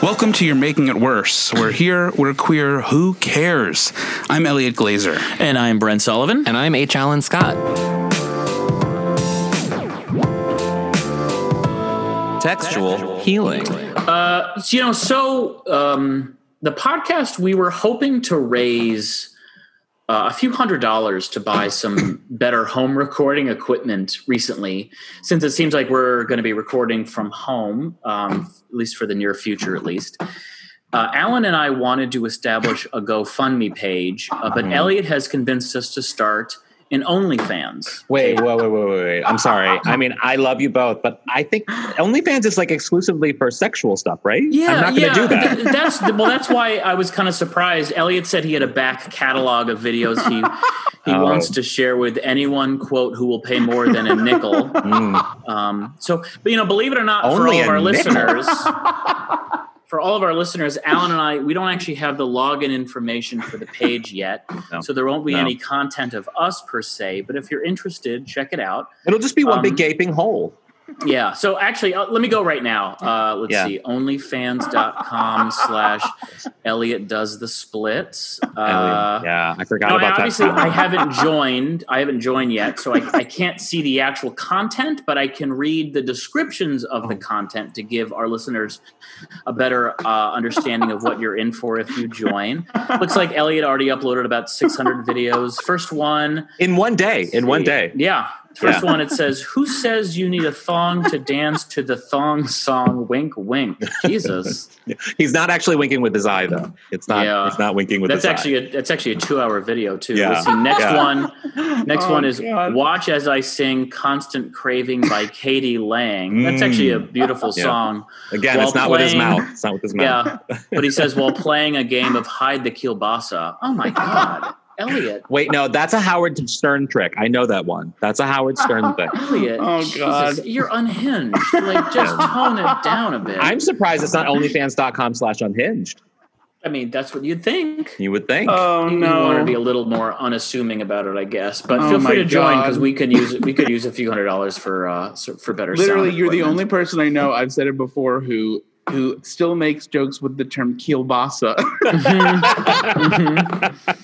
Welcome to Your Making It Worse. We're here, we're queer, who cares? I'm Elliot Glazer. And I'm Brent Sullivan. And I'm H. Allen Scott. Textual healing. Uh, you know, so um, the podcast, we were hoping to raise uh, a few hundred dollars to buy some better home recording equipment recently, since it seems like we're going to be recording from home, um, at least for the near future, at least. Uh, Alan and I wanted to establish a GoFundMe page, uh, but Elliot has convinced us to start an OnlyFans. Wait, wait, wait, wait, wait, wait. I'm sorry. I mean, I love you both, but I think OnlyFans is like exclusively for sexual stuff, right? Yeah, I'm not going yeah. to do that. Th- That's well. That's why I was kind of surprised. Elliot said he had a back catalog of videos he he Oh. wants to share with anyone quote who will pay more than a nickel. Mm. Um, so, but you know, believe it or not, for Only all of a our nickel. listeners, for all of our listeners, Alan and I, we don't actually have the login information for the page yet, No. so there won't be No. any content of us per se. But if you're interested, check it out. It'll just be one Um, big gaping hole. Yeah. So actually, uh, let me go right now. Uh, let's Yeah. see. Onlyfans.com slash Elliot does the splits. Uh, Elliot. yeah, I forgot no, I about that. obviously, comment. I haven't joined. I haven't joined yet, so I, I can't see the actual content, but I can read the descriptions of the Oh. content to give our listeners a better uh, understanding of what you're in for if you join. Looks like Elliot already uploaded about 600 videos. First one, in one day, in one day. yeah. First Yeah. one, it says, Who says you need a thong to dance to the thong song? Wink, wink. Jesus. He's not actually winking with his eye though. It's not. Yeah. He's not winking with that's his actually a, that's actually a two hour video too. Yeah. We'll see. Next Yeah. one, next Oh, one is God. "Watch as I Sing," "Constant Craving" by Katie Lang. That's Mm. actually a beautiful Yeah. song. eye. Again, while it's not with his playing- mouth. It's not with his mouth. Yeah, but he says while playing a game of hide the kielbasa. Oh my God, Elliot, Wait, no, that's a Howard Stern trick. I know that one. That's a Howard Stern thing. Elliot, Oh, Jesus, God. you're unhinged. Like just tone it down a bit. I'm surprised it's not OnlyFans.com slash unhinged. I mean, that's what you'd think. You would think. Oh, you want to be a little more unassuming about it, I guess. But Oh feel free my to join God. because we could use we could use a few hundred dollars for uh so- for better. sound Literally, you're the equipment. only person I know, I've said it before, who who still makes jokes with the term kielbasa. Mhm. Mhm.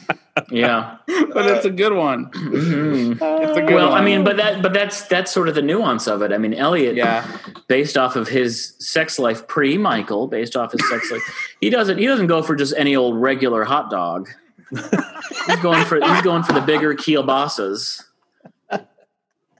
yeah. but it's a good one. Mhm. It's a good Well, one. I mean, but that but that's that's sort of the nuance of it. I mean, Elliot, yeah. based off of his sex life pre Michael, based off his sex life, he doesn't he doesn't go for just any old regular hot dog. he's going for he's going for the bigger kielbasas.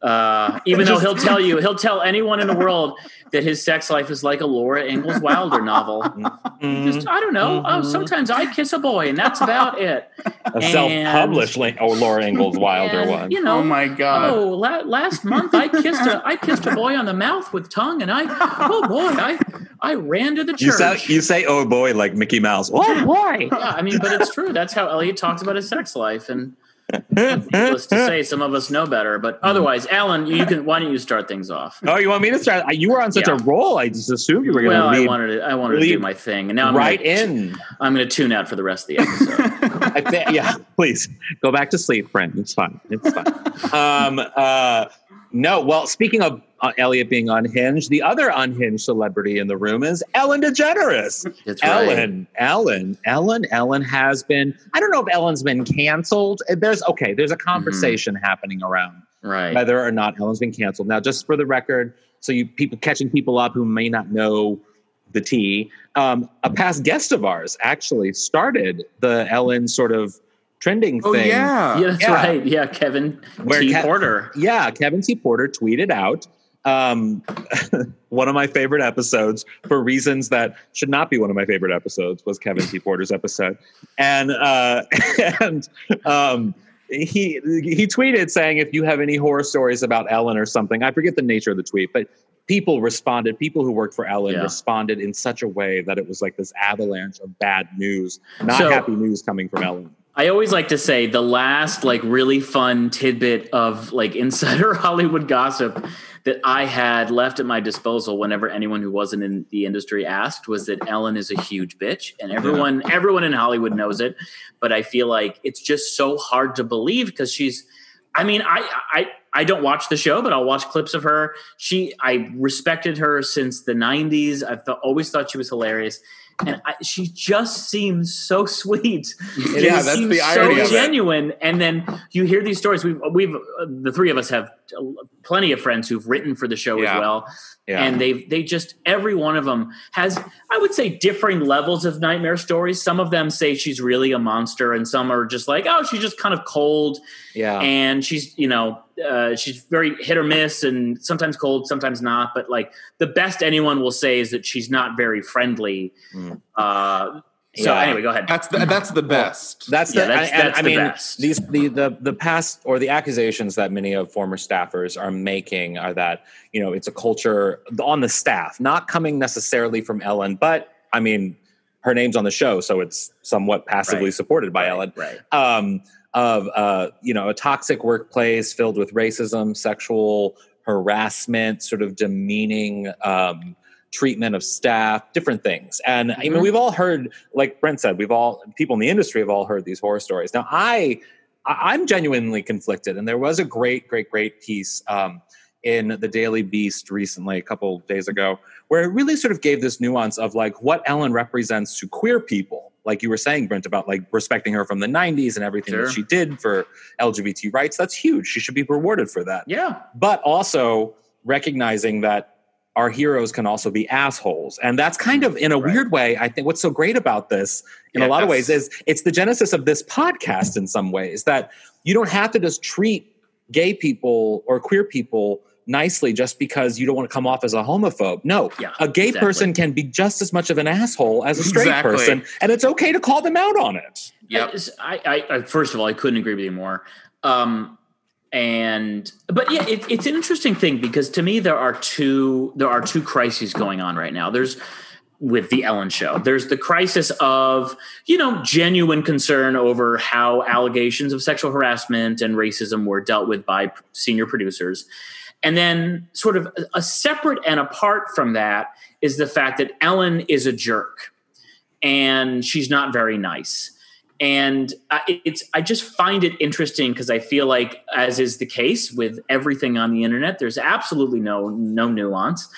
Uh, even though he'll tell you, he'll tell anyone in the world that his sex life is like a Laura Ingalls Wilder novel. Mm. Just I don't know. Oh, Mm-hmm. Mhm. sometimes I kiss a boy, and that's about it. a And- self-published link. Oh, Laura Ingalls Wilder And, one. You know, Oh my Uh, god. Oh, la- last month I kissed a I kissed a boy on the mouth with tongue, and I oh boy, I I ran to the church. You say you say oh boy like Mickey Mouse. Oh boy. yeah, I mean, but it's true. That's how Elliot talks about his sex life, and needless to say, some of us know better. But Mm. otherwise, Alan, you can. Why don't you start things off? oh, you want me to start? You were on such Yeah. a roll. I just assumed you were going Well, I to wanted to, I wanted to do leave my thing, and now I'm lead right gonna, in. I'm going to tune out for the rest of the episode. I think, yeah, please go back to sleep, friend. It's fine. It's fine. Um, uh, no, well, speaking of uh, Elliot being unhinged, the other unhinged celebrity in the room is Ellen DeGeneres. That's right. Ellen, Ellen, Ellen, Ellen has been. I don't know if Ellen's been canceled. There's okay. There's a Mm-hmm. conversation happening around Right. whether or not Ellen's been canceled. Now, just for the record, so you people catching people up who may not know the tea, um, a past guest of ours actually started the Ellen sort of trending Oh thing. yeah. Yeah, that's Yeah. right. Yeah, Kevin Where T. Ke- Porter. Yeah, Kevin T. Porter tweeted out um, one of my favorite episodes for reasons that should not be one of my favorite episodes was Kevin T. Porter's episode, and uh, and um, he he tweeted saying if you have any horror stories about Ellen or something, I forget the nature of the tweet, but people responded. People who worked for Ellen Yeah. responded in such a way that it was like this avalanche of bad news, not So- happy news coming from Ellen. I always like to say the last like really fun tidbit of like insider Hollywood gossip that I had left at my disposal whenever anyone who wasn't in the industry asked was that Ellen is a huge bitch, and everyone everyone in Hollywood knows it. But I feel like it's just so hard to believe because she's. I mean, I I I don't watch the show, but I'll watch clips of her. She I respected her since the '90s. I've th- always thought she was hilarious. And I, she just seems so sweet. It Yeah, just that's seems the irony so of it. genuine. And then you hear these stories. We've we've uh, the three of us have uh, plenty of friends who've written for the show Yeah. as well, Yeah. and they've they just every one of them has I would say differing levels of nightmare stories. Some of them say she's really a monster, and some are just like, oh, she's just kind of cold yeah. and she's you know uh, she's very hit or miss and sometimes cold sometimes not but like the best anyone will say is that she's not very friendly Mm. uh, so Yeah. anyway go ahead That's the, that's the best. That's the, Yeah, that's- I, and that's I the mean, best. these the, the the past or the accusations that many of former staffers are making are that you know it's a culture on the staff, not coming necessarily from Ellen, but I mean, her name's on the show, so it's somewhat passively Right. supported by Right, Ellen. right Um, of uh, you know, a toxic workplace filled with racism, sexual harassment, sort of demeaning um, treatment of staff, different things. And I mean, Mhm. we've all heard, like Brent said, we've all people in the industry have all heard these horror stories. Now, I I- I'm genuinely conflicted, and there was a great, great, great piece um, in the Daily Beast recently, a couple days ago, where it really sort of gave this nuance of like what Ellen represents to queer people, like you were saying, Brent, about like respecting her from the '90s and everything Sure. that she did for LGBT rights. That's huge. She should be rewarded for that yeah but also recognizing that our heroes can also be assholes and that's kind of in a Right. weird way i think what's so great about this in a lot of ways Yes. is it's the genesis of this podcast in some ways that you don't have to just treat gay people or queer people nicely just because you don't want to come off as a homophobe no Yeah, a gay exactly. person can be just as much of an asshole as a straight Exactly. person and it's okay to call them out on it Yep. I, I, I first of all, I couldn't agree with you more. Um, and but yeah, it, it's an interesting thing because to me there are two there are two crises going on right now. There's with the Ellen show. There's the crisis of you know genuine concern over how allegations of sexual harassment and racism were dealt with by p- senior producers. And then, sort of a- a separate and apart from that, is the fact that Ellen is a jerk and she's not very nice. And I, it's I just find it interesting because I feel like, as is the case with everything on the internet, there's absolutely no no nuance,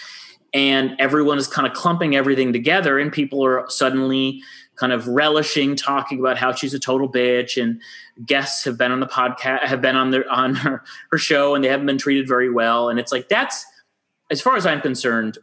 and everyone is kind of clumping everything together, and people are suddenly kind of relishing talking about how she's a total bitch and guests have been on the podcast have been on their on her, her show and they haven't been treated very well and it's like that's as far as i'm concerned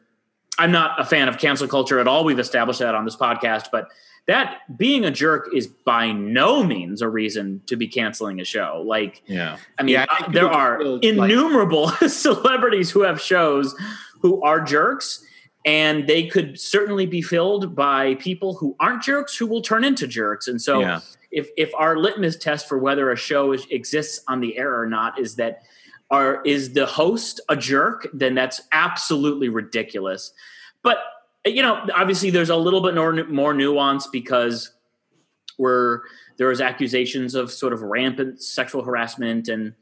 i'm not a fan of cancel culture at all we've established that on this podcast but that being a jerk is by no means a reason to be canceling a show like yeah I mean, Yeah, I think uh, there people are just feel like- innumerable celebrities who have shows who are jerks, and they could certainly be filled by people who aren't jerks who will turn into jerks. And so, Yeah. if if our litmus test for whether a show is, exists on the air or not is that are is the host a jerk, then that's absolutely ridiculous. But you know, obviously, there's a little bit more, more nuance because where there was accusations of sort of rampant sexual harassment and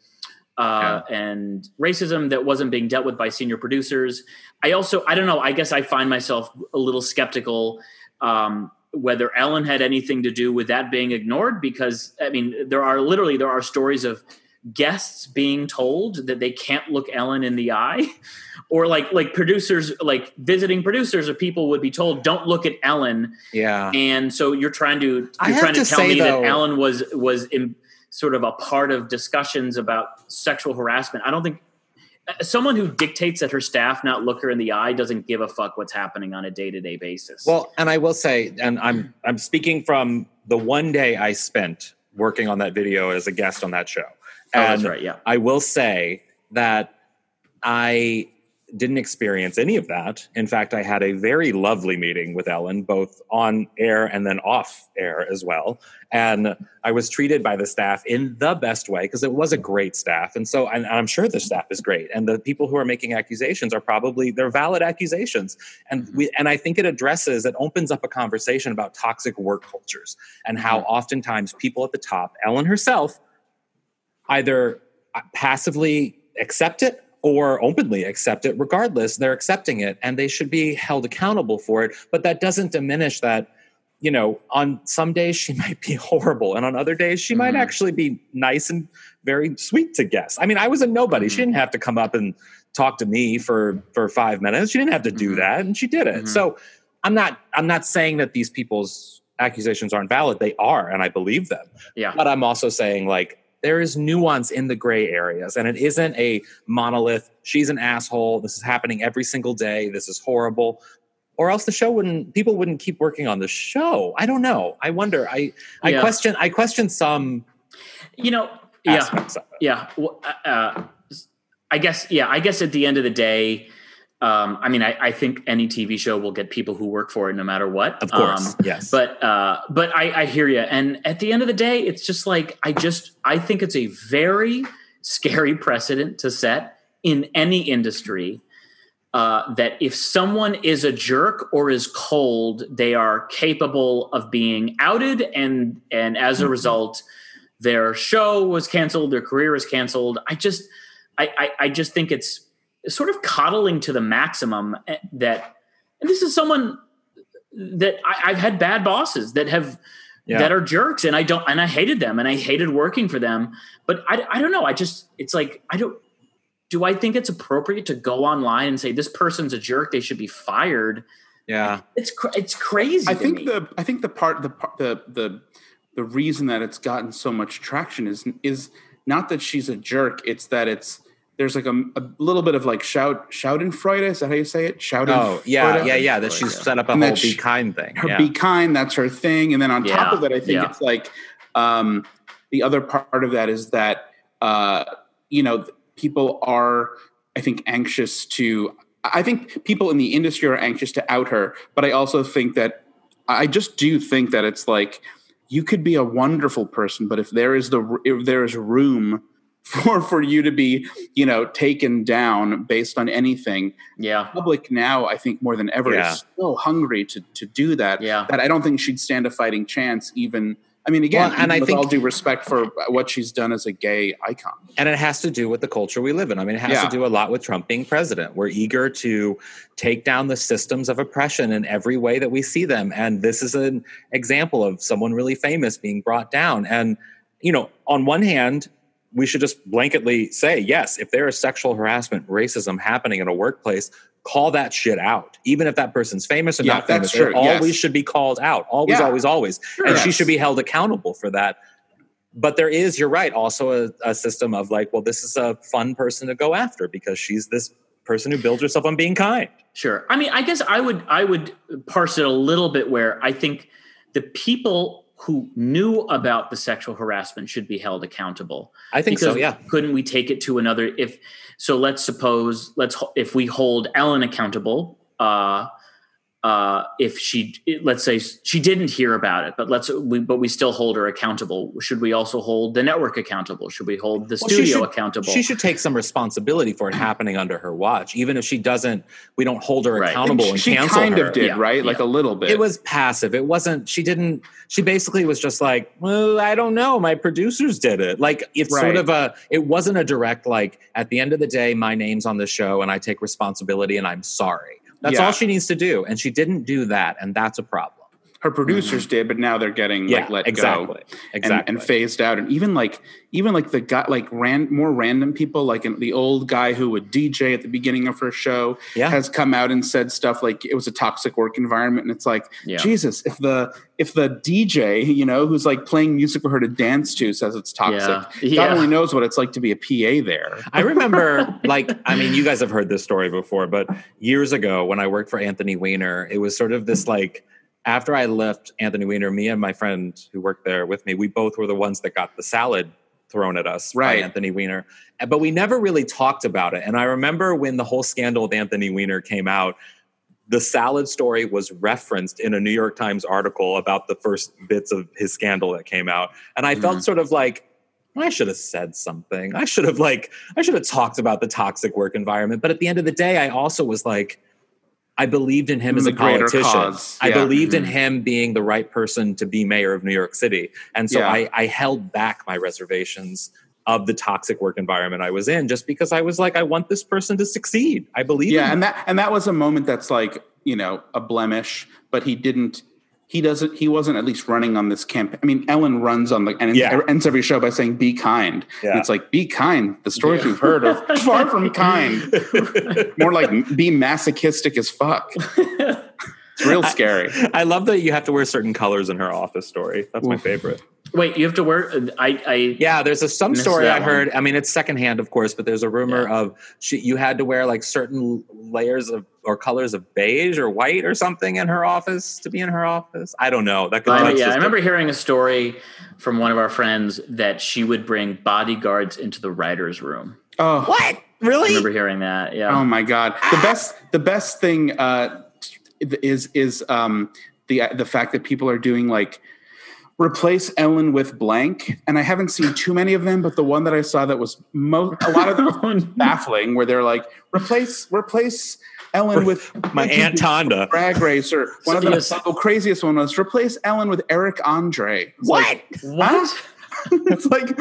uh, and racism that wasn't being dealt with by senior producers. I also I don't know. I guess I find myself a little skeptical um, whether Ellen had anything to do with that being ignored because I mean there are literally there are stories of guests being told that they can't look Ellen in the eye or like like producers like visiting producers or people would be told don't look at Ellen yeah and so you're trying to you're I have trying to, to tell say, me though- that Alan was was in, sort of a part of discussions about sexual harassment. I don't think uh, someone who dictates that her staff not look her in the eye doesn't give a fuck what's happening on a day to day basis. Well, and I will say, and I'm I'm speaking from the one day I spent working on that video as a guest on that show. oh, that's And right. Yeah, I will say that I didn't experience any of that. In fact, I had a very lovely meeting with Ellen, both on air and then off air as well. And I was treated by the staff in the best way because it was a great staff. And so and I'm sure the staff is great. And the people who are making accusations are probably they're valid accusations. And we and I think it addresses, it opens up a conversation about toxic work cultures and how oftentimes people at the top, Ellen herself, either passively accept it or openly accept it. Regardless, they're accepting it and they should be held accountable for it. But that doesn't diminish that, you know, on some days she might be horrible and on other days she might Mhm. actually be nice and very sweet to guests. I mean, I was a nobody. She Mhm. didn't have to come up and talk to me for for 5 minutes. She didn't have to do Mhm. that and she did it. Mhm. So, I'm not I'm not saying that these people's accusations aren't valid. They are and I believe them. Yeah. But I'm also saying like there is nuance in the gray areas and it isn't a monolith. She's an asshole. This is happening every single day. This is horrible. Or else the show wouldn't people wouldn't keep working on the show. I don't know. I wonder. I I Yeah. question I question some You know, yeah. aspects of it. yeah well, uh, uh, i guess yeah i guess at the end of the day um, i mean I, I think any tv show will get people who work for it no matter what Of course. um, yes. but uh, but I, I hear you and at the end of the day it's just like i just i think it's a very scary precedent to set in any industry uh, that if someone is a jerk or is cold they are capable of being outed and and as a result their show was canceled their career is canceled i just i i, I just think it's sort of coddling to the maximum eh, that and this is someone that I, I've had bad bosses that have Yeah. that are jerks, and I don't and I hated them, and I hated working for them. But I, I don't know. I just it's like I don't. Do I think it's appropriate to go online and say this person's a jerk? They should be fired. yeah. It's cr- it's crazy. I to think me. the I think the part the par- the the the reason that it's gotten so much traction is is not that she's a jerk. It's that it's there's like a, a little bit of like shout Schadenfreude. Is that how you say it? Schadenfreude. Oh, yeah, yeah, yeah. That Yeah. she's set up a And whole that be she- kind thing. Her yeah. be kind. That's her thing. And then on top Yeah, of that, I think yeah. it's like um, the other part of that is that uh, you know people are I think anxious to. I think people in the industry are anxious to out her, but I also think that I just do think that it's like you could be a wonderful person, but if there is the if there is room for for you to be you know taken down based on anything, yeah public now I think more than ever Yeah. is so hungry to to do that yeah that I don't think she'd stand a fighting chance. Even I mean, again, Well, and I with think- all due respect for what she's done as a gay icon. and it has to do with the culture we live in. I mean, it has Yeah. to do a lot with Trump being president. We're eager to take down the systems of oppression in every way that we see them. And this is an example of someone really famous being brought down. And, you know, on one hand, we should just blanketly say, yes, if there is sexual harassment, racism happening in a workplace, call that shit out. Even if that person's famous or Yeah, not that's famous, it true. always Yes. should be called out. Always, Yeah. always, always and she Yes. should be held accountable for that. But there is, you're right, also a, a system of like, well, this is a fun person to go after because she's this person who builds herself on being kind. Sure. I mean, I guess I would I would parse it a little bit where I think the people who knew about the sexual harassment should be held accountable. I think so, yeah. Couldn't we take it to another if so let's suppose let's ho- if we hold Ellen accountable uh uh, if she let's say she didn't hear about it, but let's we, but we still hold her accountable. Should we also hold the network accountable? Should we hold the Well, she studio should- accountable? She should take some responsibility for it happening under her watch, even if she doesn't, we don't hold her Right. accountable and, And she cancel kind her. of did, Yeah, right? Like yeah. a little bit. It was passive. It wasn't, she didn't, she basically was just like, well, I don't know. My producers did it. Like, it's sort Right. of a, it wasn't a direct, like, at the end of the day, my name's on the show and I take responsibility and I'm sorry. That's Yeah. all she needs to do. And she didn't do that. And that's a problem. her producers did, but now they're getting Mm-hmm. Yeah, like let exactly. go. and- Exactly. And, phased out, and even like even like the guy, like ran more random people, like in- the old guy who would DJ at the beginning of her show, Yeah. has come out and said stuff like it was a toxic work environment, and it's like yeah. Jesus, if the if the DJ, you know, who's like playing music for her to dance to, says it's toxic, Yeah. God Yeah. only knows what it's like to be a PA there. I remember, like, I mean, you guys have heard this story before, but years ago when I worked for Anthony Weiner, it was sort of this like, after I left Anthony Weiner, me and my friend who worked there with me, we both were the ones that got the salad thrown at us Right. by Anthony Weiner. And- But we never really talked about it. And I remember when the whole scandal of Anthony Weiner came out, the salad story was referenced in a New York Times article about the first bits of his scandal that came out. And I Mm-hmm. felt sort of like, I should have said something. I should have like I should have talked about the toxic work environment. But at the end of the day, I also was like, I believed in him In as the a greater politician. cause. I Yeah. Mm-hmm. believed in Mhm. him being the right person to be mayor of New York City. And so Yeah. I, I held back my reservations of the toxic work environment I was in, just because I was like, I want this person to succeed. I believe. yeah in and that and that was a moment that's like you know a blemish but he didn't he doesn't he wasn't at least running on this campaign i mean ellen runs on the and Yeah. ends every show by saying be kind Yeah. and it's like be kind the stories we've heard are far from kind more like be masochistic as fuck it's real scary I love that you have to wear certain colors in her office story. That's my favorite. Wait, you have to wear. I, I Yeah, there's a some Missed story I that heard. I mean, it's secondhand, of course, but there's a rumor of she, you had to wear like certain layers of or colors of beige or white or something in her office to be in her office. I don't know. That could I, that's Oh, yeah, I just a- remember hearing a story from one of our friends that she would bring bodyguards into the writers' room. oh What? I Really? Um, remember hearing that. Oh Yeah, Ah. my god! The best the best thing uh, is is um, the the fact that people are doing like replace Ellen with blank, and I haven't seen too many of them, but the one that I saw that was most a lot of them Oh, no. baffling, where they're like replace replace Ellen with My aunt Tonda. Drag racer. One of the, Yes. the craziest one was replace Ellen with Eric Andre. It's What? like- what? it's like,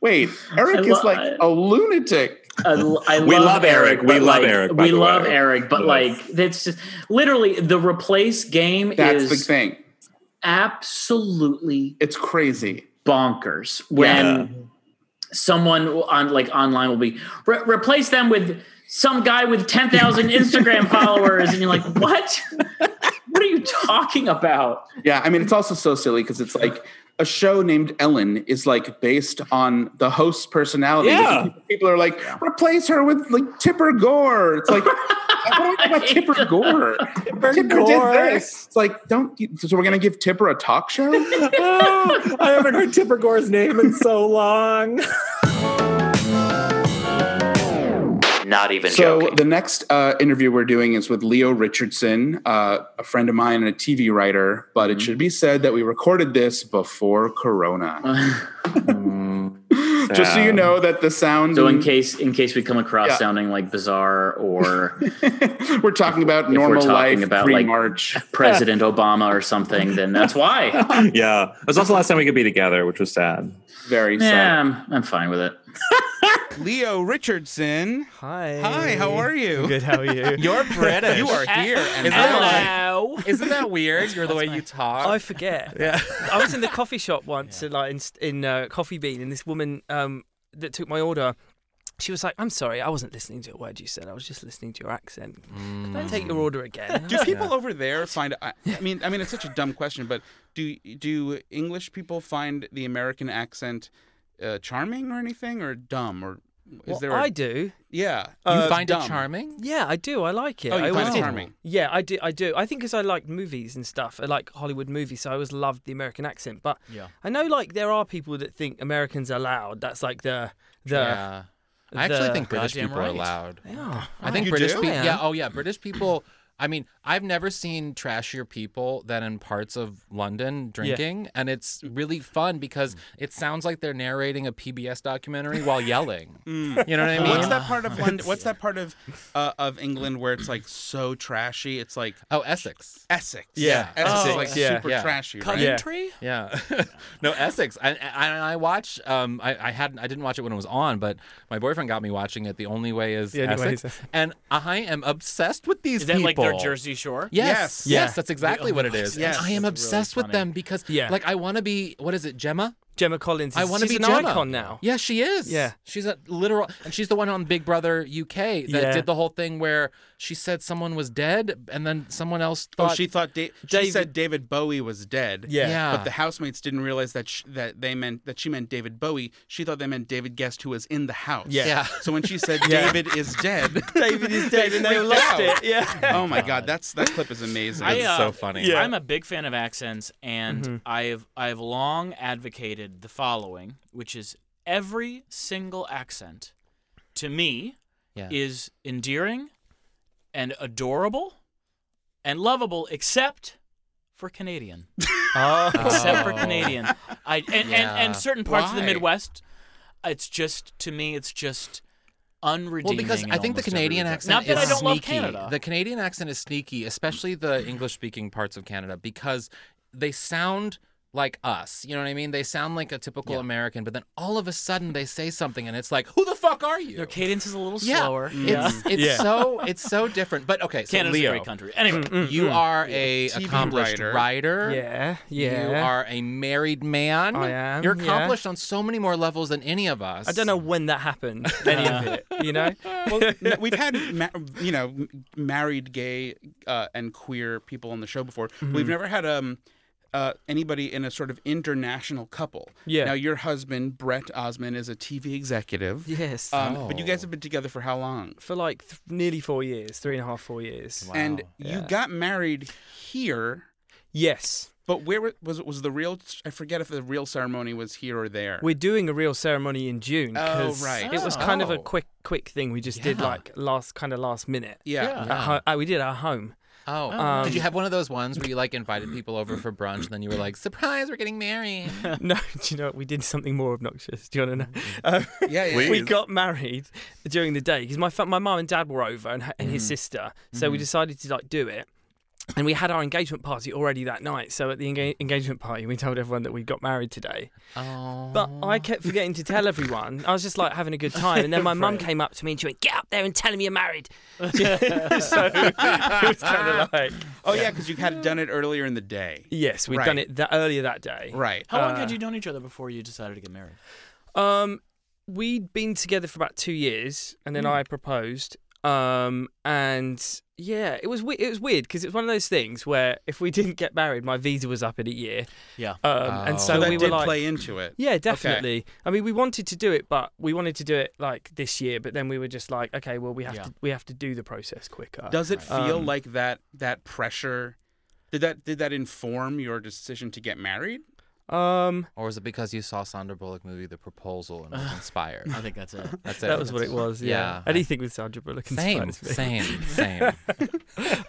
wait, Eric lo- is like I- a lunatic. I, l- I We love Eric. We but, love like, Eric, by We the love way. Eric, but Yes. like that's just literally the replace game That's the is thing. absolutely It's crazy. bonkers when Yeah. someone on like online will be "Re- replace them with some guy with 10,000 Instagram followers and you're like what what are you talking about Yeah, I mean it's also so silly because it's like a show named Ellen is like based on the host's personality. Yeah. People- People are like, replace her with like Tipper Gore. It's like I don't know about Tipper Gore. Tipper, Gore. did this. It's like, don't you- so we're gonna give Tipper a talk show? Oh, I haven't heard Tipper Gore's name in so long. Not even so the next uh, interview we're doing is with Leo Richardson, uh, a friend of mine and a TV writer. But Mm-hmm. it should be said that we recorded this before Corona, just so you Mm. Sad. know that the sound so in case in case we come across Yeah. sounding like bizarre or we're talking about normal talking life about, pre like- March. President Obama or something then that's why yeah. It was also the last time we could be together, which was sad. Very yeah sad. I'm, I'm fine with it Leo Richardson. Hi. Hi, how are you? Good, how are you? You're British. you are here. and Hello. that like- isn't that weird? You're the way you talk. I forget. yeah. I was in the coffee shop once, in, like in, in uh, Coffee Bean, and this woman um, that took my order, she was like, "I'm sorry, I wasn't listening to a word you said. I was just listening to your accent. Mm. Can I take your order again?" And I Do was like, people over there find? I, I mean, I mean, it's such a dumb question, but do do English people find the American accent uh, charming or anything, or dumb, or is well, there? a- I do. yeah, You Uh, it's find dumb. Yeah, I do. I like it. Oh, you I find always it did. charming. Yeah, I do. I do. I think because I like movies and stuff, I like Hollywood movies, so I always loved the American accent. But Yeah. I know, like, there are people that think Americans are loud. That's like the the. yeah. I actually the- think British Goddamn people are right. loud. They are. I think You British do? people. Yeah. Yeah. Oh yeah. British people. I mean, I've never seen trashier people than in parts of London drinking, and it's really fun because it sounds like they're narrating a PBS documentary while yelling. You know what I mean? What's that part of London? What's that part of uh, of England where it's like so trashy? It's like Oh, Essex. Essex. Yeah. Essex is Oh, like yeah. super Yeah. trashy. Right? Coventry. Yeah. no, Essex. I, I I watch. Um, I, I hadn't. I didn't watch it when it was on, but my boyfriend got me watching it. The only way is The Only Way Essex, is Essex. and I am obsessed with these. Is that like their people. Jersey Shore? Yes. Yes. Yes, that's oh exactly what it is. And Yes. I am obsessed with them because Yeah. like I want to be what is it, Gemma? Gemma Collins. Is, I want to she's be an Gemma. icon now. Yeah, she is. Yeah. She's a literal and she's the one on Big Brother UK that Yeah. did the whole thing where she said someone was dead and then someone else Oh, thought she thought da- she David- said David Bowie was dead. Yeah. Yeah. But the housemates didn't realize that sh- that they meant that she meant David Bowie. She thought they meant David Guest, who was in the house. Yeah. Yeah. So when she said Yeah. David is dead, David is dead, and they freaked lost out. it. Yeah. Oh my God, that's that clip is amazing. I, uh, so funny. Yeah. I'm a big fan of accents, and I've I've long advocated the following, which is every single accent, to me, Yeah. is endearing, and adorable, and lovable, except for Canadian. Oh. except for Oh. Canadian. I and, and, Yeah. and certain parts of the Why? Midwest, it's just to me, it's just Well, unredeeming. because in I think the almost every Canadian regard. accent Not that is I don't love sneaky. Canada. The Canadian accent is sneaky, especially the English speaking parts of Canada, because they sound like us. You know what I mean? They sound like a typical American, but then all of a sudden they say something and it's like, who the fuck are you? Their cadence is a little Yeah. slower. Mm. It's it's so it's so different. But okay, so Canada's Leo, a great country. Anyway, Mm. you are a TV accomplished writer. writer. Yeah, yeah. You are a married man. I am, You're yeah. accomplished on so many more levels than any of us. I don't know when that happened. Any of it, you know? well, n- we've had ma- you know m- married gay uh, and queer people on the show before. Mm-hmm. We've never had um uh, anybody in a sort of international couple. Yeah. Now your husband Brett Osman is a TV executive. Yes. Oh. Um, But you guys have been together for how long? Uh, for like th- nearly four years, three and a half, four years. And you got married here. Yes. But where wa- was was the real? I forget if the real ceremony was here or there. We're doing a real ceremony in June. 'cause right. It was kind of a Oh. quick, quick thing we just did like last, kind of last minute. yeah. At ho- uh, we did at home. Oh, Um, did you have one of those ones where you like invited people over for brunch and then you were like, "Surprise, we're getting married." No, do you know what? We did something more obnoxious. Do you want to know? Um, Yeah, yeah. we got married during the day because my fa- my mum and dad were over and, h- and his sister, so we decided to like do it. And we had our engagement party already that night. So at the enga- engagement party, we told everyone that we got married today. Oh, But I kept forgetting to tell everyone. I was just like having a good time, and then my mum came up to me and she went, "Get up there and tell him you're married." so it was kind of like, Oh yeah, because you had done it earlier in the day. yes, we'd done Right. it that earlier that day. Right. how Uh, long had you known each other before you decided to get married? Um, we'd been together for about two years, and then I proposed. Um, and yeah, it was we- it was weird because it was one of those things where if we didn't get married, my visa was up in a year. Yeah. Um, and so, Oh. So that we were did like, play into it. yeah, definitely. I mean, we wanted to do it, but we wanted to do it like this year. But then we were just like, okay, well, we have Yeah. to we have to do the process quicker. Does it feel Um, like that that pressure did that did that inform your decision to get married? um, or was it because you saw Sandra Bullock movie The Proposal and was inspired? I think that's it. That's it. that was what it was. Yeah, Yeah. anything with Sandra Bullock. Same, inspires me. same, same.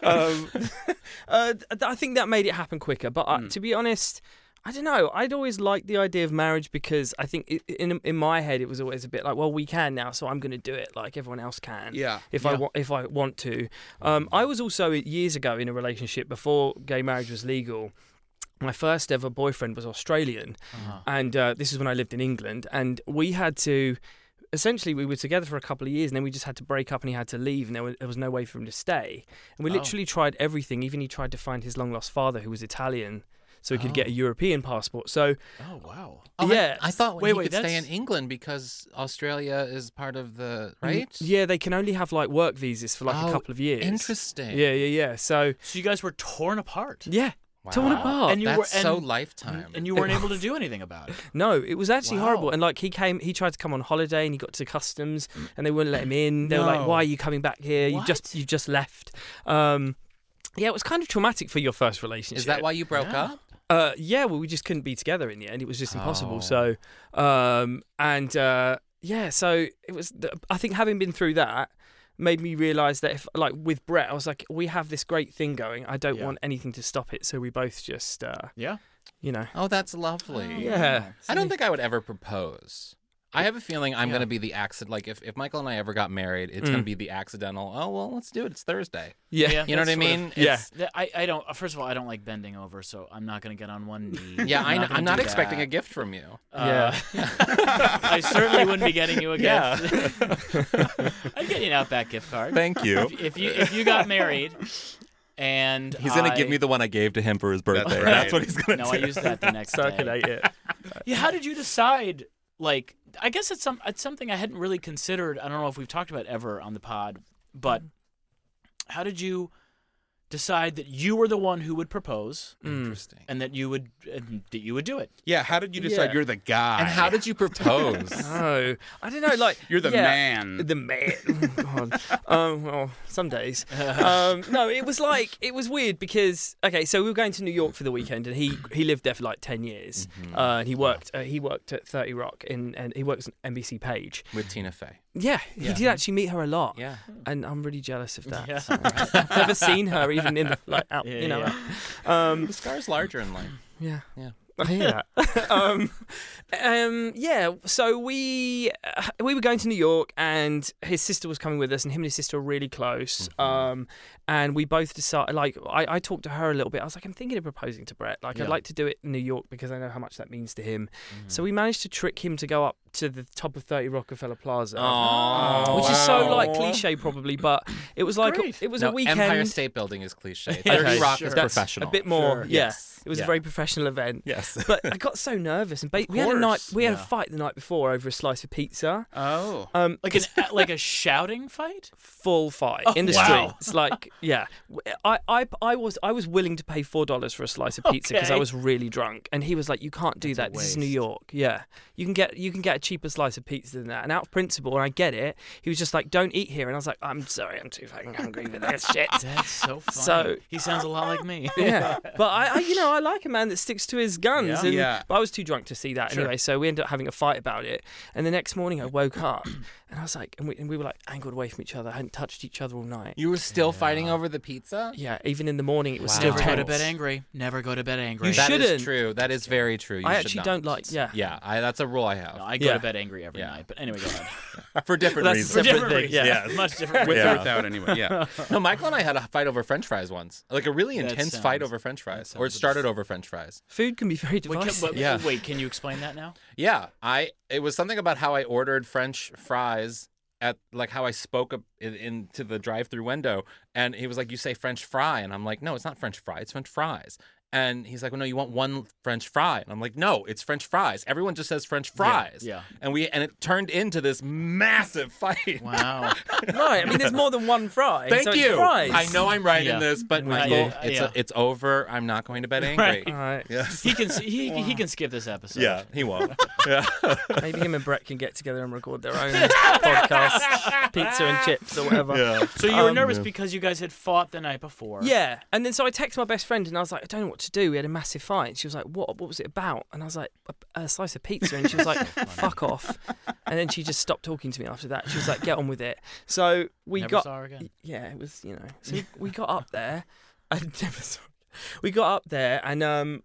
um, uh, th- I think that made it happen quicker. But uh, Hmm. to be honest, I don't know. I'd always liked the idea of marriage because I think i in in my head it was always a bit like, well, we can now, so I'm going to do it like everyone else can. Yeah. If I want, if I want to. Um, I was also years ago in a relationship before gay marriage was legal. My first ever boyfriend was Australian, Uh-huh. and uh, this is when I lived in England, and we had to essentially we were together for a couple of years and then we just had to break up and he had to leave and there was, there was no way for him to stay and we literally tried everything even he tried to find his long lost father who was italian so he could get a european passport so mm, Oh wow. Oh, I- Yeah. I, thought Wait, you wait, could stay in that's- England because Australia is part of the right. yeah they can only have like work visas for like a Oh, couple of years Interesting. yeah yeah yeah so So you guys were torn apart. yeah torn apart And you That's were- so and- lifetime. And you weren't able to do anything about it. no it was actually Wow. horrible and like he came he tried to come on holiday and he got to customs and they wouldn't let him in they were like No. why are you coming back here you just What? you just left um yeah, it was kind of traumatic for your first relationship. Is that why you broke Yeah. up? Uh, yeah, well, we just couldn't be together in the end. It was just impossible. So, um, and uh, yeah, so it was. th- I think having been through that made me realize that if, like, with Brett, I was like, we have this great thing going. I don't Yeah. want anything to stop it. So we both just, uh, Yeah. you know, Oh, that's lovely. yeah. I don't think I would ever propose. I have a feeling I'm going to be the accident. Like, if, if Michael and I ever got married, it's Mm. going to be the accidental, oh, well, let's do it. It's Thursday. Yeah. You know what that's sort I of- mean? Yeah. It's- That- I, I don't. First of all, I don't like bending over, so I'm not going to get on one knee. yeah, I, gonna I'm not do expecting that. a gift from you. Yeah. Uh, I certainly wouldn't be getting you a gift. Yeah. I'd get you an Outback gift card. Thank you. if, if you if you got married, and He's gonna give I- me the one I gave to him for his birthday. That's, right. what he's gonna No, do. I used that the next day. Circulate it. Yeah, how did you decide? Like, I guess it's some it's something I hadn't really considered. I don't know if we've talked about it ever on the pod, but Mm-hmm. how did you decide that you were the one who would propose Mm. Interesting. and that you would and that you would do it? Yeah, how did you decide Yeah. you're the guy? And how did you propose? No, I don't know. Like You're the yeah, man. The man. Oh, God. um, well, some days. Um, no, it was like it was weird because okay, so we were going to New York for the weekend, and he he lived there for like ten years, uh, and he worked uh, he worked at Thirty Rock, in, and he works on NBC Page. With Tina Fey. Yeah, he did actually meet her a lot. Yeah. and I'm really jealous of that. Yeah. I've never seen her even in the like out, Yeah, you know. yeah. like, um, The scar's larger in life. yeah. Yeah. I hear that. um, um, yeah. So we uh, we were going to New York, and his sister was coming with us, and him and his sister are really close. Um, and we both decided, like, I, I talked to her a little bit. I was like, I'm thinking of proposing to Brett. Like, I'd like to do it in New York because I know how much that means to him. So we managed to trick him to go up to the top of 30 Rockefeller Plaza, which is so like cliche probably, but it was like it was No, a weekend. Empire State Building is cliche. Thirty Rock is That's professional. A bit more, yeah. Yes. It was Yeah. a very professional event. Yes. but I got so nervous, and ba- we had a night. course, We had yeah. Uh, a fight the night before over a slice of pizza. Oh. Um, Like an like a shouting fight? full fight in the oh, wow. streets. Like, yeah, W- I, I, I was, I was willing to pay four dollars for a slice of pizza because I Okay. was really drunk, and he was like, "You can't do that. This is New York. Yeah, you can get, you can get a cheaper slice of pizza than that." And out of principle, and I get it, he was just like, "Don't eat here," and I was like, "I'm sorry, I'm too fucking hungry for this shit." That's so funny. So- he sounds a lot like me. yeah, but I, I, you know, I like a man that sticks to his guns. Yeah. And, Yeah. But I was too drunk to see that anyway, so we ended up having a fight about it. And the next morning, I woke up and I was like, and we, and we were like angled away from each other. I hadn't touched each other all night. You were still fighting over the pizza. Yeah, even in the morning, it was still Never go to tense. bed angry. Never go to bed angry. You That is shouldn't. true. That is very true. You I should actually not. don't like. Yeah, Yeah, I, that's a rule I have No, I go Yeah. to bed angry every night. But anyway, go ahead. for different That's a reasons. separate thing, reasons. yeah. Yeah. Much different. With Yeah. or without, anyway. Yeah. No, Michael and I had a fight over French fries once, like a really That intense fight sounds- over French fries, sounds or it a bit- started over French fries. food can be very Wait, can, divisive. but, Yeah. wait, can you explain that now? Yeah, I it was something about how I ordered French fries at like how I spoke up in, into the drive-through window, and he was like, "You say French fry," and I'm like, "No, it's not French fry. It's French fries." And he's like, "Well, no, you want one French fry," and I'm like, "No, it's French fries. Everyone just says French fries." yeah. And we and it turned into this massive fight. Wow. right, I mean, there's more than one fry. Thank so it's you. fries. I know I'm right Yeah. in this, but With Michael, you. it's Yeah. it's over. I'm not going to bed angry. All right, Yes. he can he, he can skip this episode. Yeah, he won't. yeah. maybe him and Brett can get together and record their own podcast, pizza and chips or whatever. yeah. So you were Um, nervous because you guys had fought the night before. Yeah, and then so I texted my best friend and I was like, I don't know what to do. We had a massive fight. And she was like, What? What was it about? And I was like, A, a slice of pizza. And she was like, Fuck off. And then she just stopped talking to me after that. She was like, Get on with it. So we Never got. saw her again. Yeah, it was you know. So we, we got up there. I never saw. We got up there and um,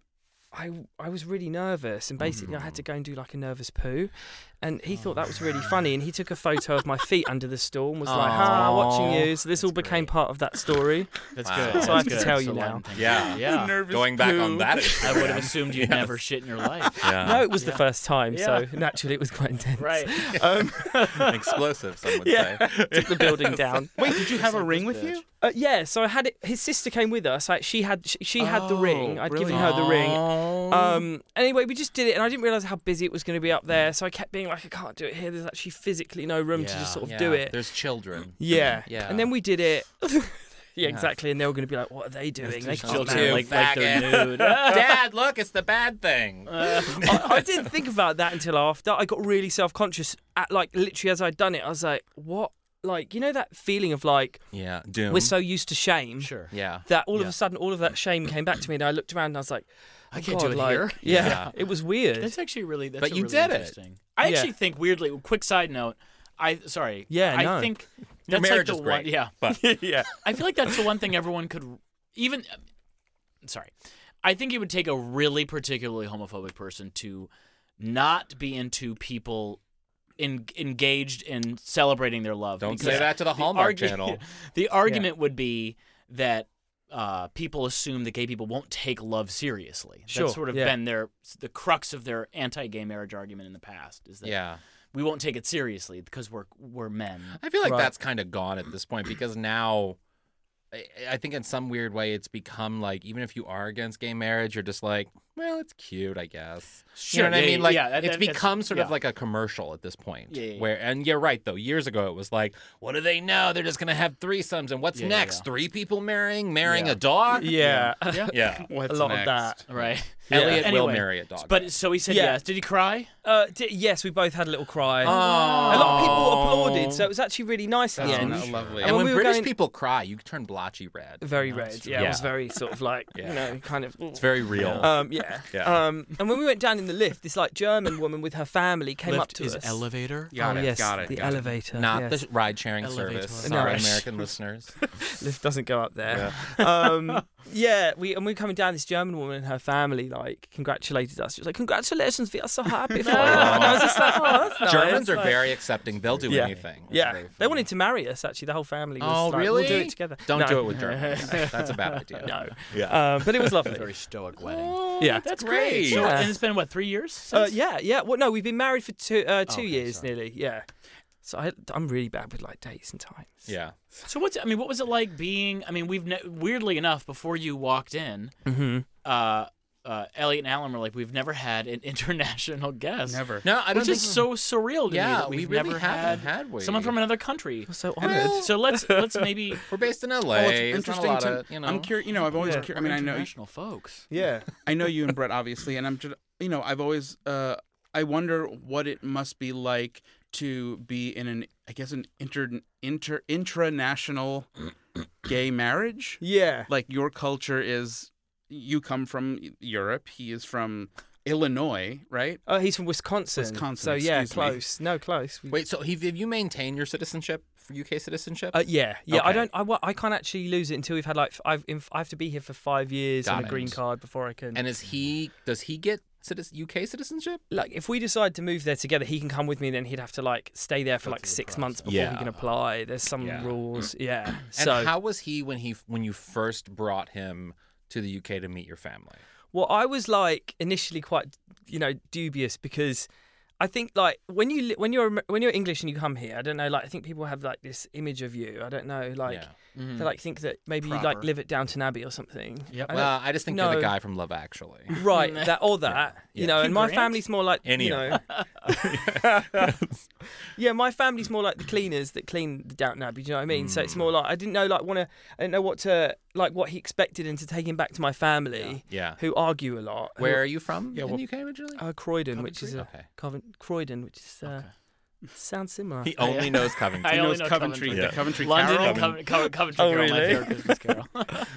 I I was really nervous and basically I had Mm. to go and do like a nervous poo, and he thought that was really Oh. funny and he took a photo of my feet under the stool and was like, "Ha, watching you." So this all became part of that story. That's Wow. good. So I That's have to good. tell It's you a lot now. to think Yeah. about. Yeah. Going back on that. I experience. would have assumed you'd never shit in your life. No, it was the first time, Yeah. so naturally it was quite intense. Right. Um, Explosive, some would Yeah. say. took the building down. Wait, did you have a ring with you? Uh, yeah, so I had it. His sister came with us. Like she had, she, she had the ring. Oh, I'd given her the ring. Oh. Um. Anyway, we just did it, and I didn't realize how busy it was going to be up there. So I kept being like, I can't do it here. There's actually physically no room to Yeah. just sort of Yeah, do it. There's children. Yeah. Yeah. And then we did it. yeah, exactly. And they were going to be like, what are they doing? They can't Children too are do it. like, like they're faggot. nude. Dad, look, it's the bad thing. I, I didn't think about that until after. I got really self conscious. At like literally as I'd done it, I was like, what? Like you know that feeling of like yeah, doom. we're so used to shame. Sure. yeah. that all of a sudden all of that shame came back to me and I looked around and I was like, I oh can't God, do it like, here. Yeah, Yeah. it was weird. That's actually really. That's But a you really did it. interesting. I Yeah. actually think weirdly. Quick side note. I sorry. Yeah, I no. think that's Your like marriage the is great, one. Yeah. But yeah, I feel like that's the one thing everyone could even. Sorry, I think it would take a really particularly homophobic person to not be into people en- engaged in celebrating their love. don't because say that to the the Hallmark argu- Channel. The argument would be that. Uh, people assume that gay people won't take love seriously. Sure, That's sort of yeah. been their the crux of their anti-gay marriage argument in the past. Is that Yeah. we won't take it seriously because we're we're men. I feel like Right. that's kind of gone at this point because now I, I think in some weird way it's become like even if you are against gay marriage, you're just like, well, it's cute, I guess. you know what I mean? Like it's become sort of like a commercial at this point. Yeah, yeah, yeah. Where and you're right though. Years ago it was like, what do they know? They're just gonna have threesomes and what's Yeah, yeah, next? yeah. Three people marrying, marrying Yeah. a dog? yeah, Yeah. What's a lot next? of that. right. Elliot will Anyway, marry a dog. But so he said Yeah. yes. Did he cry? Uh, d- yes, we both had a little cry. oh. A lot of people applauded, so it was actually really nice at That's the end. not lovely. And when when, we were British going- people cry, you turn blotchy red. Very red. Yeah, it was Yeah. very sort of like Yeah. you know, kind of. It's very real. Um, yeah. Yeah. Um, and when we went down in the lift, this like German woman with her family came up Lift to is us. elevator. Got oh, it. yes, got it. the got it. elevator. Not yes. the ride sharing Elevator. service. No. Sorry, American listeners. lift doesn't go up there. Um, Yeah, we and we were coming down. This German woman and her family like congratulated us. She was like, "Congratulations, we are so happy for you." And I was just like, "Oh, that's nice." Germans are Like, very accepting. They'll do Yeah. anything. It's Yeah, very they funny. wanted to marry us. Actually, the whole family. Was Oh, like, really? We'll do it together. Don't No. do it with Germans. That's a bad idea. No. Yeah. Uh, but it was lovely. Very stoic Oh, wedding. yeah. That's great. So, Yeah. and it's been what three years? Uh, Since? yeah, yeah. Well, no, we've been married for two uh, two okay, years sorry. nearly. Yeah. So I, I'm really bad with like dates and times. Yeah. So what's I mean? What was it like being? I mean, we've ne- weirdly enough before you walked in, Mm-hmm. uh, uh, Elliot and Alan were like, we've never had an international guest. Never. No, I don't Which think is so surreal to me Yeah, that we've we really never haven't, had, had we? someone from another country. I'm so honored. Well, So let's let's maybe we're based in LA. Oh, it's There's not a interesting lot to. of, you know. I'm curious. You know, I've always. Yeah. Cur- I mean, I know. international folks. Yeah. I know you and Brett obviously, and I'm just. You know, I've always. Uh, I wonder what it must be like to be in an. I guess an inter inter intranational gay marriage. Yeah. Like your culture is. You come from Europe. He is from Illinois, right? Oh, he's from Wisconsin. Wisconsin, So yeah, excuse me. close. No, close. We- Wait, so have have you maintained your citizenship, UK citizenship? Uh, yeah, yeah. I Okay. don't. I, wa- I can't actually lose it until we've had like f- I've in, I have to be here for five years Got on a it. green card before I can. and is he? Does he get citizen, UK citizenship? like, if we decide to move there together, he can come with me. Then he'd have to like stay there for like six months before he Yeah. can apply. There's some Yeah. rules. Yeah. And so how was he when he when you first brought him to the UK to meet your family? Well, I was like initially quite, you know, dubious because I think like when you li- when you're Amer- when you're English and you come here, I don't know, like I think people have like this image of you. I don't know, like Yeah. Hmm. they like think that maybe you like Proper. live at Downton Abbey or something. Yep. I don't- well, I just think you're no. the guy from Love Actually. right, that or that, you Yeah. know. And my Grant? family's more like Any you of know. yeah, my family's more like the cleaners that clean the Downton Abbey. Do you know what I mean? So it's Mm. more like I didn't know like want to I didn't know what to like what he expected and to take him back to my family Yeah. who argue a lot. who Where are you from? Yeah, well- in the UK originally. Uh, Croydon, which is a Okay. Covent Croydon, which is uh, sounds similar. He only knows Coventry. I He only knows know Coventry. Coventry. The Coventry London Carol. and Coventry, Coventry, Oh, Carol, my really? favorite Christmas carol.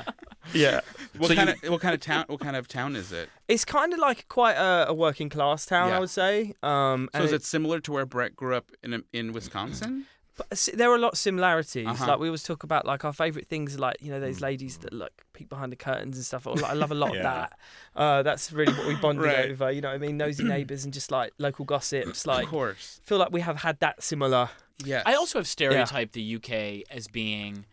yeah, What So kind you- of what kind of town? What kind of town is it? it's kind of like quite a, a working class town, I Yeah. would say. Um, So and is it- it similar to where Brett grew up in in Wisconsin? but s- there are a lot of similarities. Uh-huh. Like we always talk about, like our favorite things, are, like you know those ladies that look peek behind the curtains and stuff. I I love a lot of Yeah. that. Uh, that's really what we bonded Right. over. You know what I mean? Nosy neighbors and just like local gossips. Like of course. feel like we have had that similar. Yes. I also have stereotyped the UK as being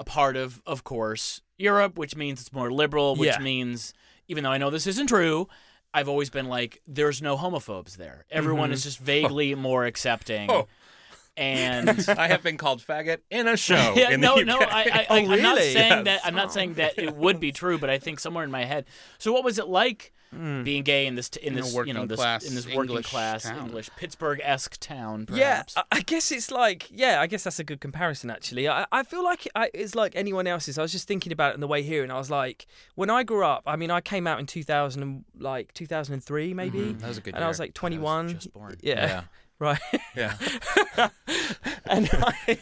a part of, of course, Europe, which means it's more liberal, which Yeah. means, even though I know this isn't true, I've always been like, there's no homophobes there. Everyone is just vaguely more accepting. And I have been called faggot in a show. yeah, in the no, UK. no, I, I, I, I'm not really? saying that. I'm not saying that it would be true, but I think somewhere in my head. So, what was it like being gay in this t- in, In a this you know working this class in this working English class town. English Pittsburgh esque town? Perhaps? Yeah, uh, I, I guess it's like yeah, I guess that's a good comparison actually. I, I feel like it- I, it's like anyone else's. I was just thinking about it on the way here, and I was like, when I grew up, I mean, I came out in two thousand and like two thousand and three maybe, That was a good and I was year. like twenty one. just born. Yeah. Yeah. Right, Yeah. and I,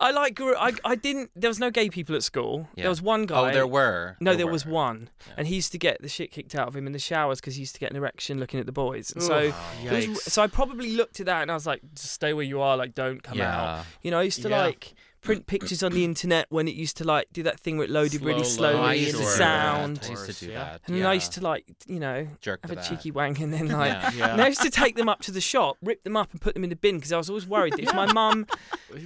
I like grew. I, I didn't. There was no gay people at school. Yeah. There was one guy. Oh, there were. No, there was were. one, and he used to get the shit kicked out of him in the showers because he used to get an erection looking at the boys. And so, it was- Yikes. so I probably looked at that and I was like, just stay where you are, like don't come Yeah. out. You know, I used to Yeah. like print pictures on the internet when it used to like do that thing where it loaded really Slow load. slowly Oh, I Sure. and used the to do sound. that. I used to do Yeah. that. And yeah. I used to like, you know, jerk to have a that. cheeky wank and then like. Yeah. Yeah. And I used to take them up to the shop, rip them up, and put them in the bin because I was always worried that if my mum,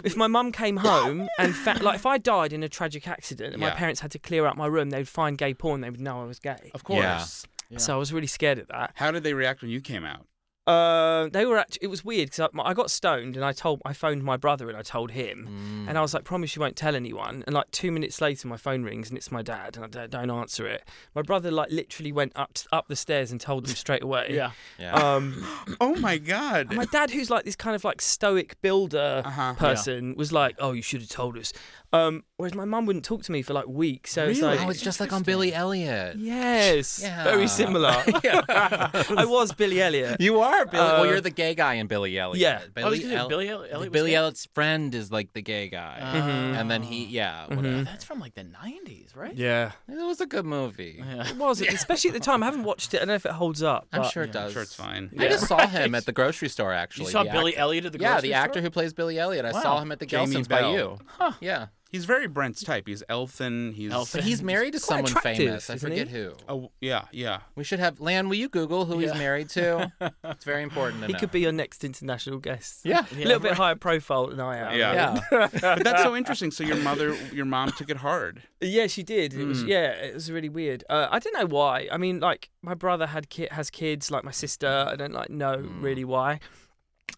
if my mum came home and fa- like if I died in a tragic accident and my Yeah. parents had to clear out my room, they'd find gay porn. They would know I was gay. Of course. Yeah. So I was really scared of that. How did they react when you came out? Uh, they were actually. It was weird because I, I got stoned and I told I phoned my brother and I told him and I was like, promise you won't tell anyone. And like two minutes later, my phone rings and it's my dad and I don't, don't answer it. My brother like literally went up up the stairs and told them straight away. Yeah. Yeah. Um, Oh my God. and my dad, who's like this kind of like stoic builder Uh-huh. person, was like, "Oh, you should have told us." Um, whereas my mum wouldn't talk to me for like weeks, so it's like, oh, it's just like on Billy Elliot. yes, Yeah. very similar. I was Billy Elliot. You are Billy. Uh, Oh, well, you're the gay guy in Billy Elliot. yeah. Billy, oh, Billy, El- Billy Elliot. was Billy gay? Elliot's friend is like the gay guy, Uh-huh. and then he, yeah, whatever. That's from like the '90s, right? Yeah. It was a good movie. It was, especially at the time. I haven't watched it. I don't know if it holds up. I'm but- sure it does. sure it's fine. I just saw him at the grocery store. Actually, You saw the Billy actor. Elliot at the Yeah, grocery the actor store? who plays Billy Elliot. I Wow. saw him at the Jamie Gelson's by Bell. you. Yeah. He's very Brent's type. He's elfin. He's Elfin. But he's married to quite someone attractive, famous. I isn't forget he? who. Oh yeah, yeah. We should have Lan. Will you Google who he's married to? It's very important to He know. could be your next international guest. Yeah. A little bit higher profile than I am. Yeah. Yeah. But that's so interesting. So your mother, your mom took it hard. Yeah, she did. It Mm. was yeah, it was really weird. Uh, I don't know why. I mean, like my brother had ki- has kids, like my sister. I don't like know Mm. really why.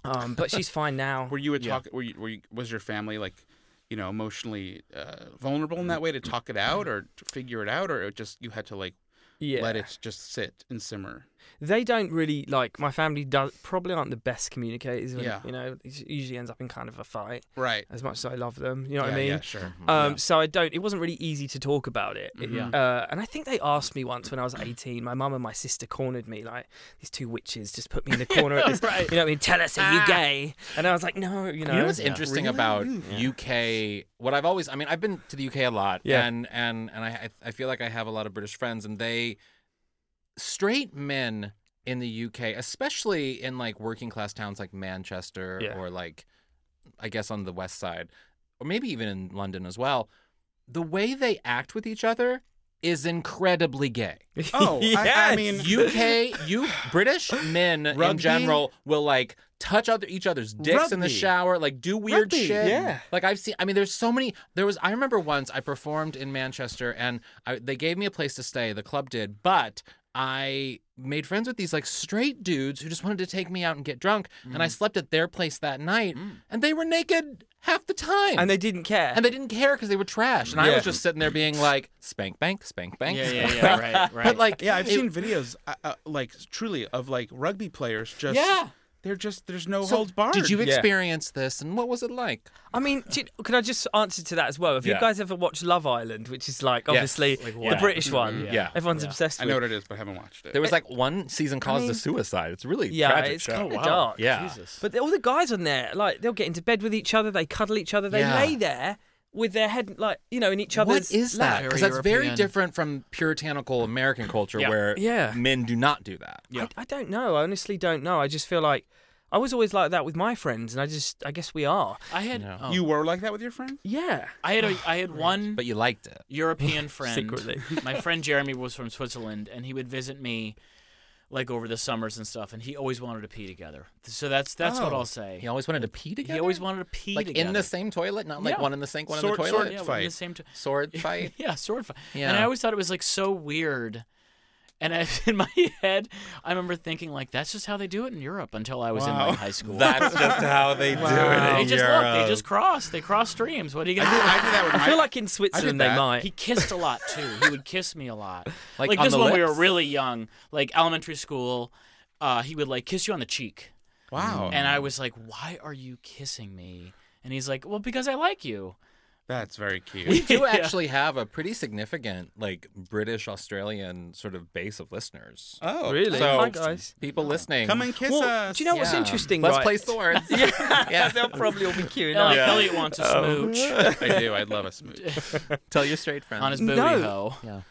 Um, but she's fine now. Were you a talk? Were you, were you? Was your family like, you know, emotionally uh, vulnerable in that way to talk it out or to figure it out, or it just you had to like yeah, let it just sit and simmer? they don't really like my family. Does probably aren't the best communicators. When, Yeah. you know, it usually ends up in kind of a fight. Right. As much as I love them, you know what yeah, I mean. yeah, Mm-hmm. sure. Um, so I don't. It wasn't really easy to talk about it. It- Yeah. Uh, and I think they asked me once when I was 18. My mum and my sister cornered me like these two witches just put me in the corner. at this, You know what I mean? Tell us Ah. are you gay? And I was like, no. You know. You know what's interesting about UK? What I've always, I mean, I've been to the UK a lot, Yeah. and and and I I feel like I have a lot of British friends, and they straight men in the UK, especially in like working class towns like Manchester Yeah. or like I guess on the west side, or maybe even in London as well, the way they act with each other is incredibly gay. Oh, I, I Yes. mean, UK, you British men in Rugby? general will like touch other each other's dicks in the Rugby. shower, like do weird Rugby, shit. yeah. Like I've seen. I mean, there's so many. There was. I remember once I performed in Manchester, and I, they gave me a place to stay. The club did, but. I made friends with these like straight dudes who just wanted to take me out and get drunk, and I slept at their place that night, and they were naked half the time. And they didn't care. and they didn't care because they were trash, and I Yeah. was just sitting there being like spank bank, spank bank, Yeah, spank yeah, bank. yeah, right, right. But like, yeah, I've it- seen videos uh, uh, like truly of like rugby players just Yeah. They're just there's no So holds barred. Did you Yeah. experience this, and what was it like? I mean, do you- can I just answer to that as well? Have you Yeah. guys ever watched Love Island, which is like obviously the British one? Yeah. Everyone's obsessed I with. know what it is, but I haven't watched it. There was like one season caused a suicide. It's really yeah, tragic it's show. Oh, kind of dark. Yeah. Jesus. But the- all the guys on there, like they'll get into bed with each other, they cuddle each other, they Yeah. lay there with their head, like you know, in each other's. What is lap. that? Because Very that's very European. different from puritanical American culture, where Yeah. men do not do that. Yeah. I, I don't know. I honestly don't know. I just feel like I was always like that with my friends, and I just, I guess we are. I had oh, you were like that with your friend. Yeah. I had a, I had one But you liked it. European friend. Secretly. my friend Jeremy was from Switzerland, and he would visit me, like over the summers and stuff. And he always wanted to pee together. So that's that's what Oh. I'll say. He always wanted to pee together. He always wanted to pee like together. in the same toilet, not like Yeah. one in the sink, one Sword- in the sword toilet. yeah, we're in fight. the same. T- Sword fight. yeah, sword fight. And Yeah. I always thought it was like so weird. And I, in my head, I remember thinking like, that's just how they do it in Europe. Until I was in like high school. That's just how they do it. they just look. They just cross. They cross streams. What are you gonna do? I did that with I my feel like in Switzerland they that. might. He kissed a lot too. He would kiss me a lot. Like Like, on this the when we were lips? really young, like elementary school, uh, he would like kiss you on the cheek, wow. and I was like, "Why are you kissing me?" And he's like, "Well, because I like you." That's very cute. We do Yeah. actually have a pretty significant, like British Australian sort of base of listeners. oh, really? So- Hi guys. People listening, Come and kiss Well, us. do you know what's Yeah. interesting? Let's right? play swords. Yeah. Yeah. they'll probably all be queuing Like, up. uh, Elliot wants a smooch I do. I'd love a smooch. Tell your straight friends. on his No. booty hoe.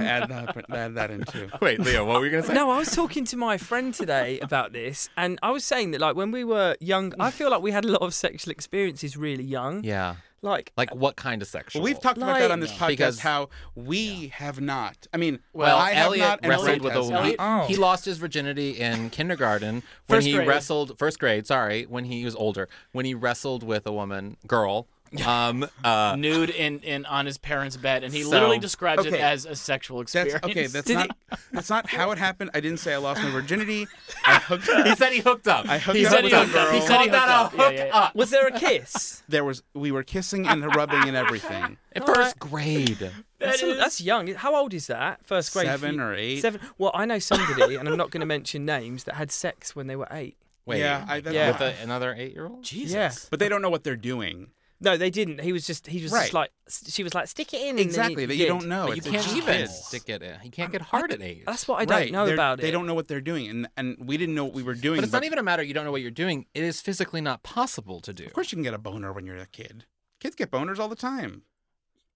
add that. Add that in too. Wait, Leo, what were you gonna say? No, I was talking to my friend today about this, and I was saying that like when we were young, I feel like we had a lot of sexual experiences really young. Yeah. Like Like what kind of sexual? Well, we've talked about that on this Like- podcast. Because- how we have not. I mean, Well, I have Elliot not. and wrestled Brent with a has not. he, he lost his virginity in kindergarten when Oh. First he grade. wrestled first grade. Sorry, when he was older, when he wrestled with a woman, girl. Um, uh, Nude in, in on his parents' bed, and he So- literally describes Okay. it as a sexual experience. That's okay. That's Did not. That's not how it happened. I didn't say I lost my virginity. I hooked. he said he hooked up. I hooked he up said with he a hooked up. He girl. called He that a hooked up. hook Yeah, yeah, up. was there a kiss? There was. We were kissing and rubbing and everything. In first grade. that's, a- that's young. How old is that? First grade. if Seven you- or eight. Seven. Well, I know somebody, and I'm not going to mention names, that had sex when they were eight. Wait. yeah, I, that's Yeah. With a, another eight-year-old. Jesus. Yeah. But they don't know what they're doing. No, they didn't. He was just he was Right. just like she was like stick it in. and then Exactly. he That you did. don't know. But you It's- it's can't just even kids. stick it in. He can't get hard at eight. That's what I don't right. know they're- about it. They don't know what they're doing, and and we didn't know what we were doing. But it's not even a matter you don't know what you're doing. It is physically not possible to do. Of course, you can get a boner when you're a kid. Kids get boners all the time.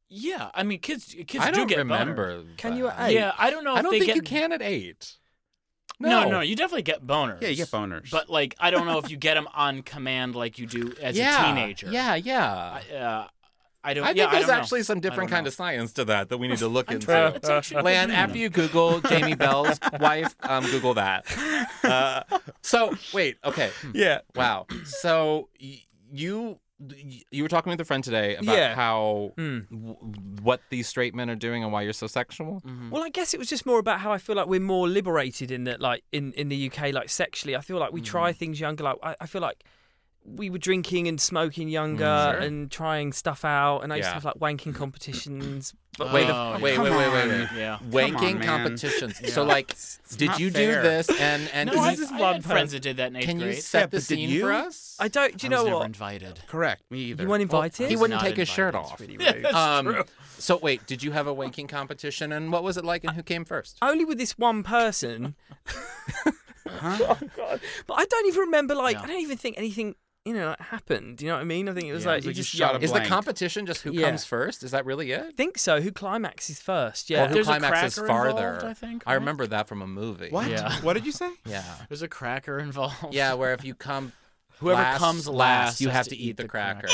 Yeah. I mean, kids. Kids I do don't get boner. remember. Can you at that. eight? Yeah, I don't know. If I don't they think get you can at eight. No. no, you definitely get boners. Yeah, you get boners. But like, I don't know if you get them on command like you do as yeah, a teenager. Yeah, yeah. I, uh, I don't. I think yeah, there's I don't actually some different know. kind of science to that that we need to look Know. I'm into. trying, it's actually Lan, I don't after you Google Jamie Bell's wife, um, Google that. Uh, so wait, okay, Hmm. Yeah. wow. So y- you y- you were talking with a friend today about Yeah. how Mm. w- what these straight men are doing and why you're so sexual. Well, I guess it was just more about how I feel like we're more liberated in that, like in, in the UK, like sexually. I feel like we Hmm. try things younger. Like I, I feel like we were drinking and smoking younger Hmm, and trying stuff out, and I used Yeah. to have like wanking competitions. But Oh, Wait, with yeah. wait, wait, wait, wait, wait. know. Yeah. Wanking man. competitions. So like, did not you fair. do this? And and No, can I, you, this is I one had person. friends that did that in eighth can you grade. set the but did scene you? for us? I don't. Do you I was know never what? invited. Correct. Me either. You weren't Well, invited. he was wouldn't not take his shirt invited. It's off. really um, So wait, did you have a wanking competition, and what was it like, and who came first? only with this one person. Oh, But I don't even remember. Like Yeah. I don't even think anything. You know, like, happened. You know what I mean? I think it was Yeah, it like was you like you just shot a young. Is blank. the competition just who Yeah. comes first? Is that really it? think so. Who climaxes first? Or Yeah. Oh, who There's a climaxes cracker farther? involved, I think, I right? remember that from a movie. What? Yeah. What did you say? Yeah. There's a cracker involved. Yeah, where if you come, Whoever last- comes last, last you has have to to eat eat the the cracker.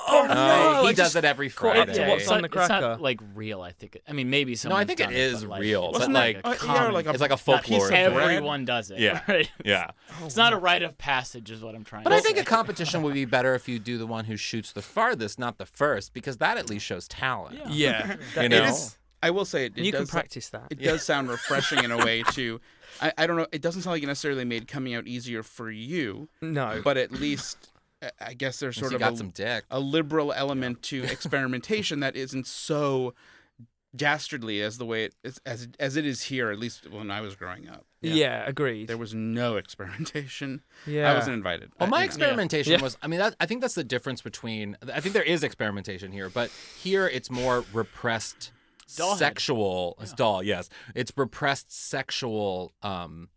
oh No, he I does just- it every caught up Friday. to what's it's on not- the It's cracker. not like real. I think. I mean, maybe some. No, I think it is real, but It's like, a uh, yeah, common- like a- it's like a not- folklore. thing. Everyone does it. Yeah. right? Yeah. It's not a rite of passage, is what I'm trying. But to I think say. a competition would be better if you do the one who shoots the farthest, not the first, because that at least shows talent. Yeah. Yeah. You It know? is. I will say it. it you can does- practice that. It does sound refreshing in a way to. I, I don't know. It doesn't sound like it necessarily made coming out easier for you, No. but at least I- I guess there's Sort sort you of got a, some dick. a liberal element to experimentation that isn't so dastardly as the way it is, as as it is here. At least when I was growing up, yeah. agreed. there was no experimentation. yeah. I wasn't invited. Well, uh, my you know. experimentation Yeah. was, I mean, that, I think that's the difference between, I think there is experimentation here, but here it's more repressed Dollhead. sexual, it's doll, yes. It's repressed sexual um,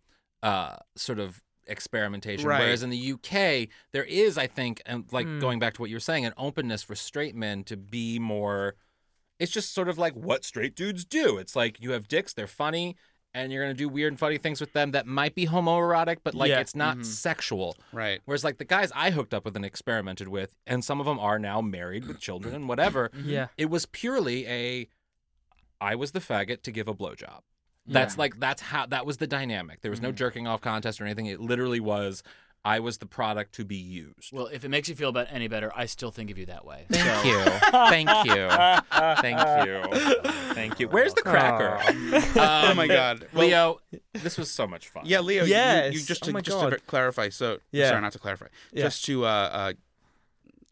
uh, sort of experimentation. Right. Whereas in the UK, there is, I think, and like Hmm. going back to what you were saying, an openness for straight men to be more, it's just sort of like what straight dudes do. It's like you have dicks, they're funny. And you're gonna do weird and funny things with them that might be homoerotic, but like Yeah. it's not sexual. Right. Whereas like the guys I hooked up with and experimented with, and some of them are now married with children and whatever. Yeah. It was purely a, I was the faggot to give a blowjob. That's like that's how that was the dynamic. There was no jerking off contest or anything. It literally was, I was the product to be used. Well, if it makes you feel about any better, I still think of you that way. Thank you, thank you, thank you, thank you. Where's the cracker? oh my god. Well, Leo, this was so much fun. Yeah, Leo. you- Yes. You, you just Oh to, my just to God. clarify. So Yeah. sorry, not to clarify. Yeah. Just to uh, uh,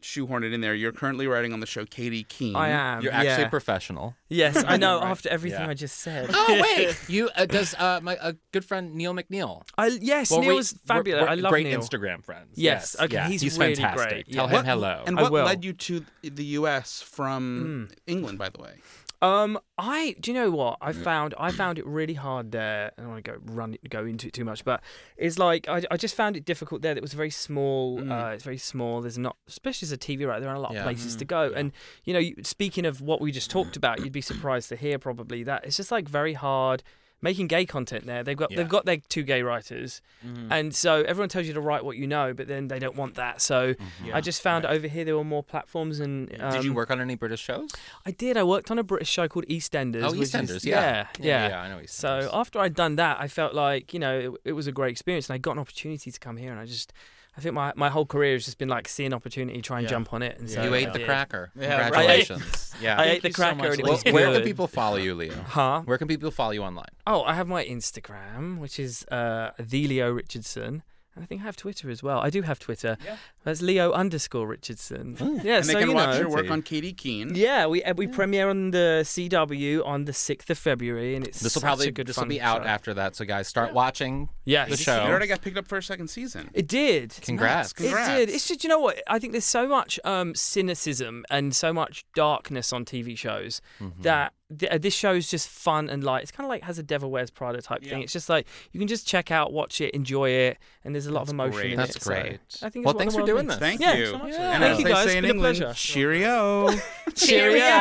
shoehorn it in there. You're currently writing on the show Katie Keene. I am. you're actually yeah. professional. Yes, I know. After everything Yeah. I just said, Oh wait, you uh, does uh, my a good friend Neil McNeil. I yes, Well, Neil we- was we're- fabulous. we're I love great Neil. Instagram friends. Yes, okay, he's really great. Tell Yeah. him hello. And I what will. Hmm. led you to the U.S. from England, by the way? Um, I do you know what I found? I found it really hard there. I don't want to go run go into it too much, but it's like I, I just found it difficult there. That it was very small. Uh, it's very small. There's not, especially as a TV right. There aren't a lot Mm. Yeah. of places to go. And you know, you- speaking of what we just talked about, you'd be surprised to hear probably that it's just like very hard making gay content there. They've got Yeah. Mm-hmm. they've got their two gay writers, and so everyone tells you to write what you know, but then they don't want that. So I just found over here there were more platforms and. Um, Mm-hmm. Did you work on any British shows? I did. I worked on a British show called EastEnders. Oh, which is- EastEnders. yeah. yeah, yeah. I know EastEnders. So after I'd done that, I felt like you know it, it was a great experience, and I got an opportunity to come here, and I just, I think my, my whole career has just been like see an opportunity, try and Yeah. jump on it, and so you I ate the did. cracker. Yeah, right. Congratulations. Yeah. I Thank ate the you so cracker, much, and it Lou. well, was good. where can people follow you, Leo? Huh? Where can people follow you online? Oh, I have my Instagram, which is uh, the Leo Richardson. And I think I have Twitter as well. I do have Twitter. Yeah. That's Leo underscore Richardson. Yeah, And so they can you watch know. your work on Katie Keene. yeah, we uh, we premiere on the CW on the sixth of February, and it's This will such probably a good this will fun be out show. after that. So guys, start watching Yes. the Did you It show. already got picked up for a second season. It did. Congrats. It's nuts. It did. Congrats. It's just you know what I think. There's so much um, cynicism and so much darkness on TV shows Mm-hmm. that th- uh, this show is just fun and light. It's kind of like has a Devil Wears Prada type thing. It's just like you can just check out, watch it, enjoy it, and there's a lot of emotion in That's it. so great. I think. it's Well, what thanks the for world doing needs. this. Thank Yeah. you. So much. And Thank as you, they guys. say in Been a England, pleasure. cheerio. Cheerio.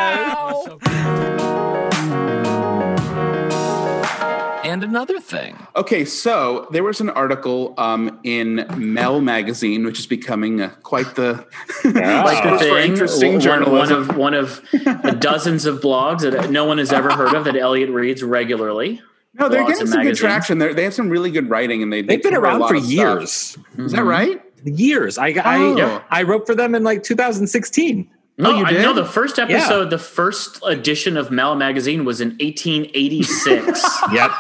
So- And and another thing. Okay, so there was an article um, in Mel magazine, which is becoming uh, quite the Like for the thing, interesting one, one journalism. of one of the dozens of blogs that no one has ever heard of that Elliot reads regularly. no, Oh, they're blogs getting and some good magazines. traction. They're, they have some really good writing, and they they They've been cover a around lot for of stuff. years. Mm-hmm. Is that right? Years. I Oh. I, I wrote for them in like 2016. No, you Oh, I did? know the first episode, the first edition of Mal magazine was in 1886, Yep.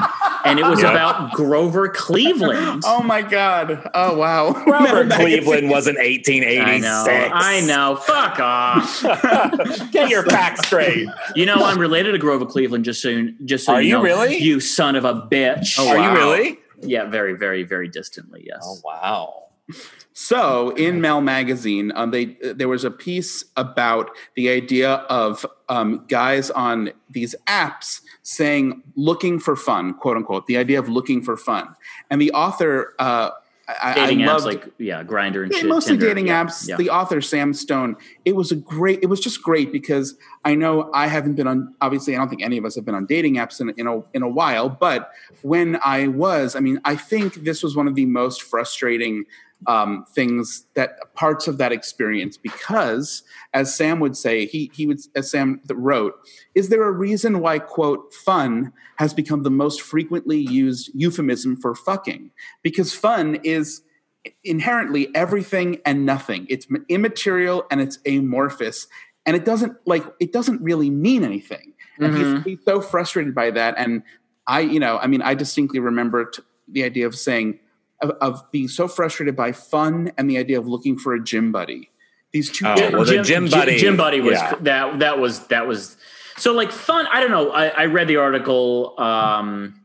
and it was Yeah. about Grover Cleveland. Oh my god! Oh wow! Robert Cleveland was in 1886. I know, I know. Fuck off. Get your facts straight. You know, I'm related to Grover Cleveland. Just so you, just so Are you know, really? You son of a bitch. Oh, Are wow. you really? Yeah, very, very, very distantly. Yes. Oh, Oh, wow. So in Mel magazine, um, they there was a piece about the idea of um, guys on these apps saying looking for fun, quote unquote. The idea of looking for fun, and the author, uh, I, dating I apps loved, like yeah, Grinder and Yeah, shit, mostly Tinder, dating yeah, apps. yeah. The author Sam Stone. It was a great. It was just great because I know I haven't been on. Obviously, I don't think any of us have been on dating apps in in a, in a while. But when I was, I mean, I think this was one of the most frustrating um, things that parts of that experience because, as Sam would say, he he would as Sam wrote, is there a reason why quote fun has become the most frequently used euphemism for fucking? Because fun is inherently everything and nothing it's m- immaterial and it's amorphous and it doesn't like it doesn't really mean anything and he's- Mm-hmm. Mhm. he's, so frustrated by that and i you know i mean i distinctly remember t- the idea of saying of, of being so frustrated by fun and the idea of looking for a gym buddy these two Oh, different- well, the gym buddy- Gym buddy was yeah. that. That was that was so like fun. I don't know. I, I read the article, um,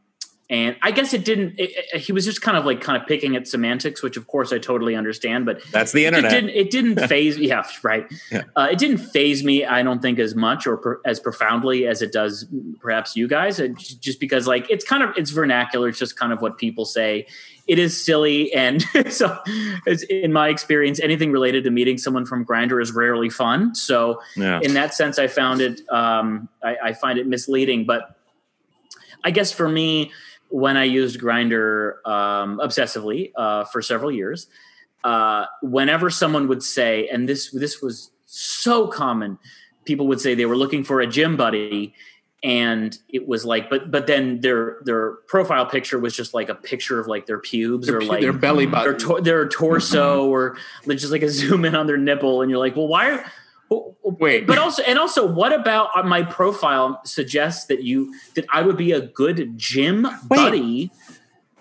and I guess it didn't. It, it- he was just kind of like kind of picking at semantics, which of course I totally understand. But That's the it internet. didn't. It didn't phase. yeah, right. Yeah. Uh, it didn't phase me. I don't think as much or per, as profoundly as it does perhaps you guys. It, j- just because like it's kind of it's vernacular. It's just kind of what people say. It is silly, and so it's, in my experience, anything related to meeting someone from Grinder is rarely fun. So yeah. in that sense, I found it. Um, I, I find it misleading, but I guess for me, when I used Grinder um, obsessively uh, for several years, uh, whenever someone would say, and this this was so common, people would say they were looking for a gym buddy, and it was like, but but then their their profile picture was just like a picture of like their pubes their, or like their belly button Mm-hmm. their tor- their torso or like, just like a zoom in on their nipple and you're like well why are w- w- Wait. but also and also what about on my profile suggests that you that i would be a good gym buddy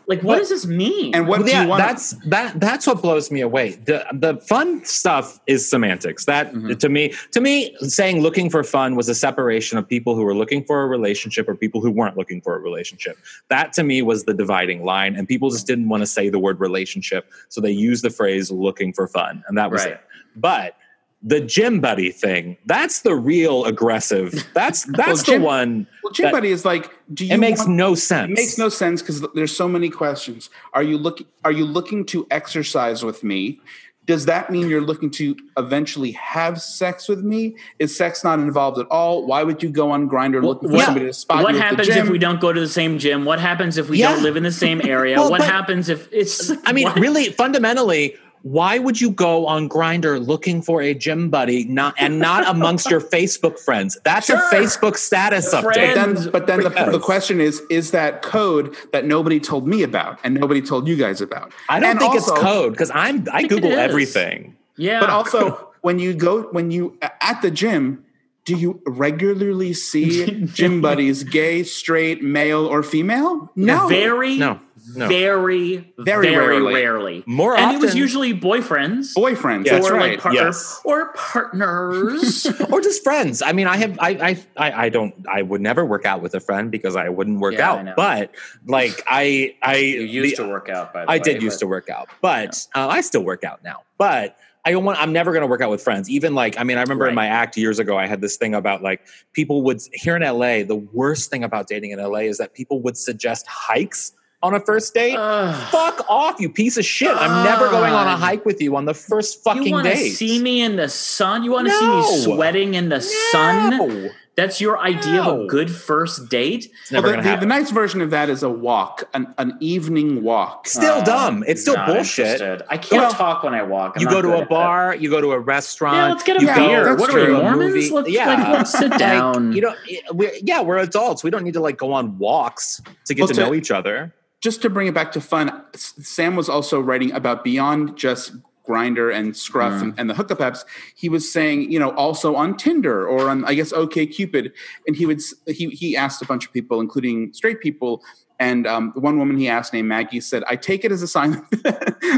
like what, What? does this mean and what Well, do yeah, you want that's that. That's what blows me away. The the fun stuff is semantics. That Mm-hmm. Mhm. to me, to me, saying looking for fun was a separation of people who were looking for a relationship or people who weren't looking for a relationship. That to me was the dividing line, and people just didn't want to say the word relationship, so they used the phrase looking for fun, and that was Right. it. But the gym buddy thing, that's the real aggressive. That's that's gym- the one. well, gym that- buddy is like do you It makes want- no sense. It makes no sense because there's so many questions. Are you look Are you looking to exercise with me? Does that mean you're looking to eventually have sex with me? Is sex not involved at all? Why would you go on Grinder What- looking for what- somebody to spot what you at the happens gym? if we don't go to the same gym what happens if we Yeah. don't live in the same area Well, what but- happens if it's I mean, what? really, fundamentally, why would you go on Grinder looking for a gym buddy not and not amongst your Facebook friends? That's Sure. a Facebook status But update. Friend. then, but then the, Yes. the question is: Is that code that nobody told me about and nobody told you guys about? I don't And think it's also- code because I'm I, think it Google is. everything. yeah But also, when you go, when you at the gym, do you regularly see gym buddies, gay, straight, male, or female? No. very No, no. very Very very, rarely. rarely. More and it was often- usually boyfriends Boyfriends. Yeah, that's or right. like partner yes. or partners. Or just friends. I mean, I have I I I I don't I would never work out with a friend because I wouldn't work Yeah, I know. out. But like I I you used to work out, by the I way. did used to work out, but uh, I still work out now. But I don't want. I'm never going to work out with friends. Even like, I mean, I remember in Right. my act years ago, I had this thing about like people would here in LA. The worst thing about dating in LA is that people would suggest hikes on a first date. Ugh. Fuck off, you piece of shit! I'm never going on a God. hike with you on the first fucking you want to date. see me in the sun? You want to No. see me sweating in the No. sun? That's your idea of a No. good first date? It's never Well, going the, to the, happen. the nice version of that is a walk, an, an evening walk. still dumb. It's still Uh, Not bullshit. interested. I can't Well, talk when I walk. I'm You not go to good a at that. bar. You go to a restaurant. Yeah, let's get a you go- beer. that's What are we, true. Mormons? Movie- Let's, yeah. like, let's sit down. Like, you don't. We're, yeah, we're adults. We don't need to like go on walks to get Well, to, to- know each other. Just to bring it back to fun, S- Sam was also writing about beyond just Grinder and Scruff and, and the hookup apps. He was saying, you know, also on Tinder or on, I guess, OK Cupid. And he would s- he he asked a bunch of people, including straight people. And um, the one woman he asked, named Maggie, said, "I take it as a sign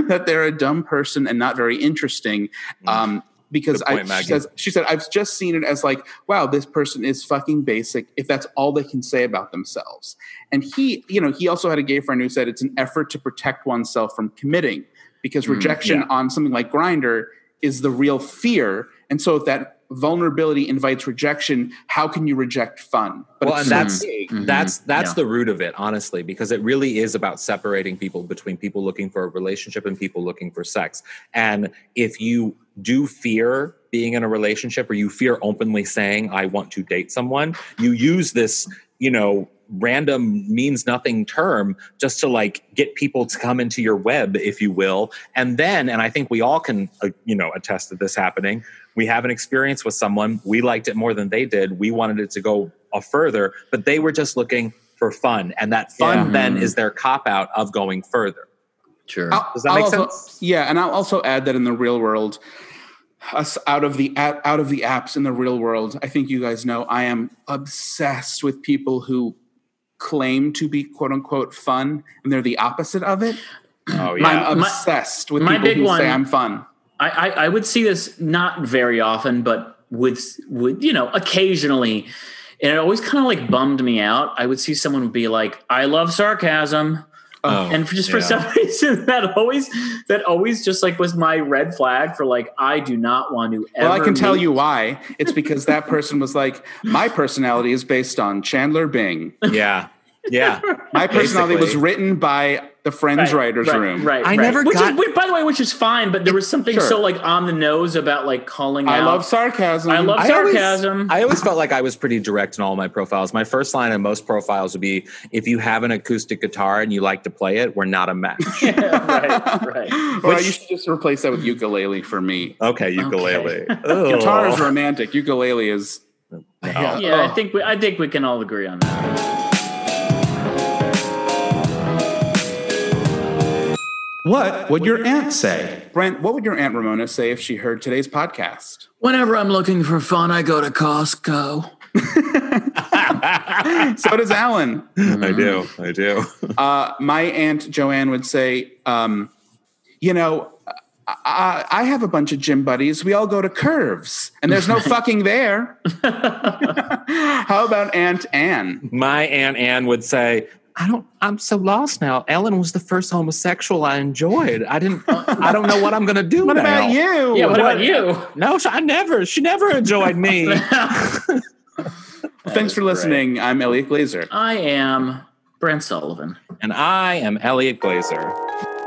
that they're a dumb person and not very interesting." Um, because Mm. Good I, point, she Maggie. says she said I've just seen it as like, wow, this person is fucking basic. If that's all they can say about themselves, and he, you know, he also had a gay friend who said it's an effort to protect oneself from committing because Mm, rejection on something like Grinder is the real fear, and so if that vulnerability invites rejection, how can you reject fun? well, and it's so that's big. that's that's Yeah. the root of it, honestly, because it really is about separating people between people looking for a relationship and people looking for sex. And if you do fear being in a relationship or you fear openly saying I want to date someone, you use this, you know, random means nothing term just to like get people to come into your web if you will and then and i think we all can uh, you know attest to this happening we have an experience with someone we liked it more than they did we wanted it to go a further but they were just looking for fun and that fun Yeah. Mm-hmm. then is their cop out of going further sure. I'll- Does that make I'll also- sense? Yeah, and I'll also add that in the real world, us out of the app, out of the apps in the real world, I think you guys know I am obsessed with people who claim to be quote unquote fun and they're the opposite of it. oh I'm My- obsessed with my people big who one- say I'm fun. I, I, I would see this not very often, but with with you know occasionally, and it always kind of like bummed me out. I would see someone be like, "I love sarcasm," Oh, and for, just for yeah. some reason, that always that always just like was my red flag for like I do not want to. Ever Well, I can tell meet- you why. It's because that person was like, my personality is based on Chandler Bing. yeah yeah My personality was Basically. written by the Friends writers right, room. Right, I right. never which got- Is, which, by the way, which is fine, but there was something Sure. so like on the nose about like calling I out. love sarcasm. I love I always- sarcasm. I always felt like I was pretty direct in all my profiles. My first line in most profiles would be if you have an acoustic guitar and you like to play it, we're not a match. right, right. Or Which- you should just replace that with ukulele for me. okay, ukulele. Oh, Ugh. Guitar is romantic. Ukulele is. No. Yeah, I Oh. think we, I think we can all agree on that. What would your aunt say? Brent, what would your Aunt Ramona say if she heard today's podcast? Whenever I'm looking for fun, I go to Costco. So does Alan. I do. I do. Uh, my Aunt Joanne would say, um, you know, I, I I have a bunch of gym buddies. We all go to curves, and there's no fucking there. How about Aunt Anne? my aunt Anne would say, "I don't. I'm so lost now. Ellen was the first homosexual I enjoyed. I didn't. I don't know what I'm gonna do What now. about you? Yeah, what, about you? No, she, I never. She never enjoyed me. Thanks for listening. I'm Elliot Glazer. I am Brent Sullivan. and I am Elliot Glazer.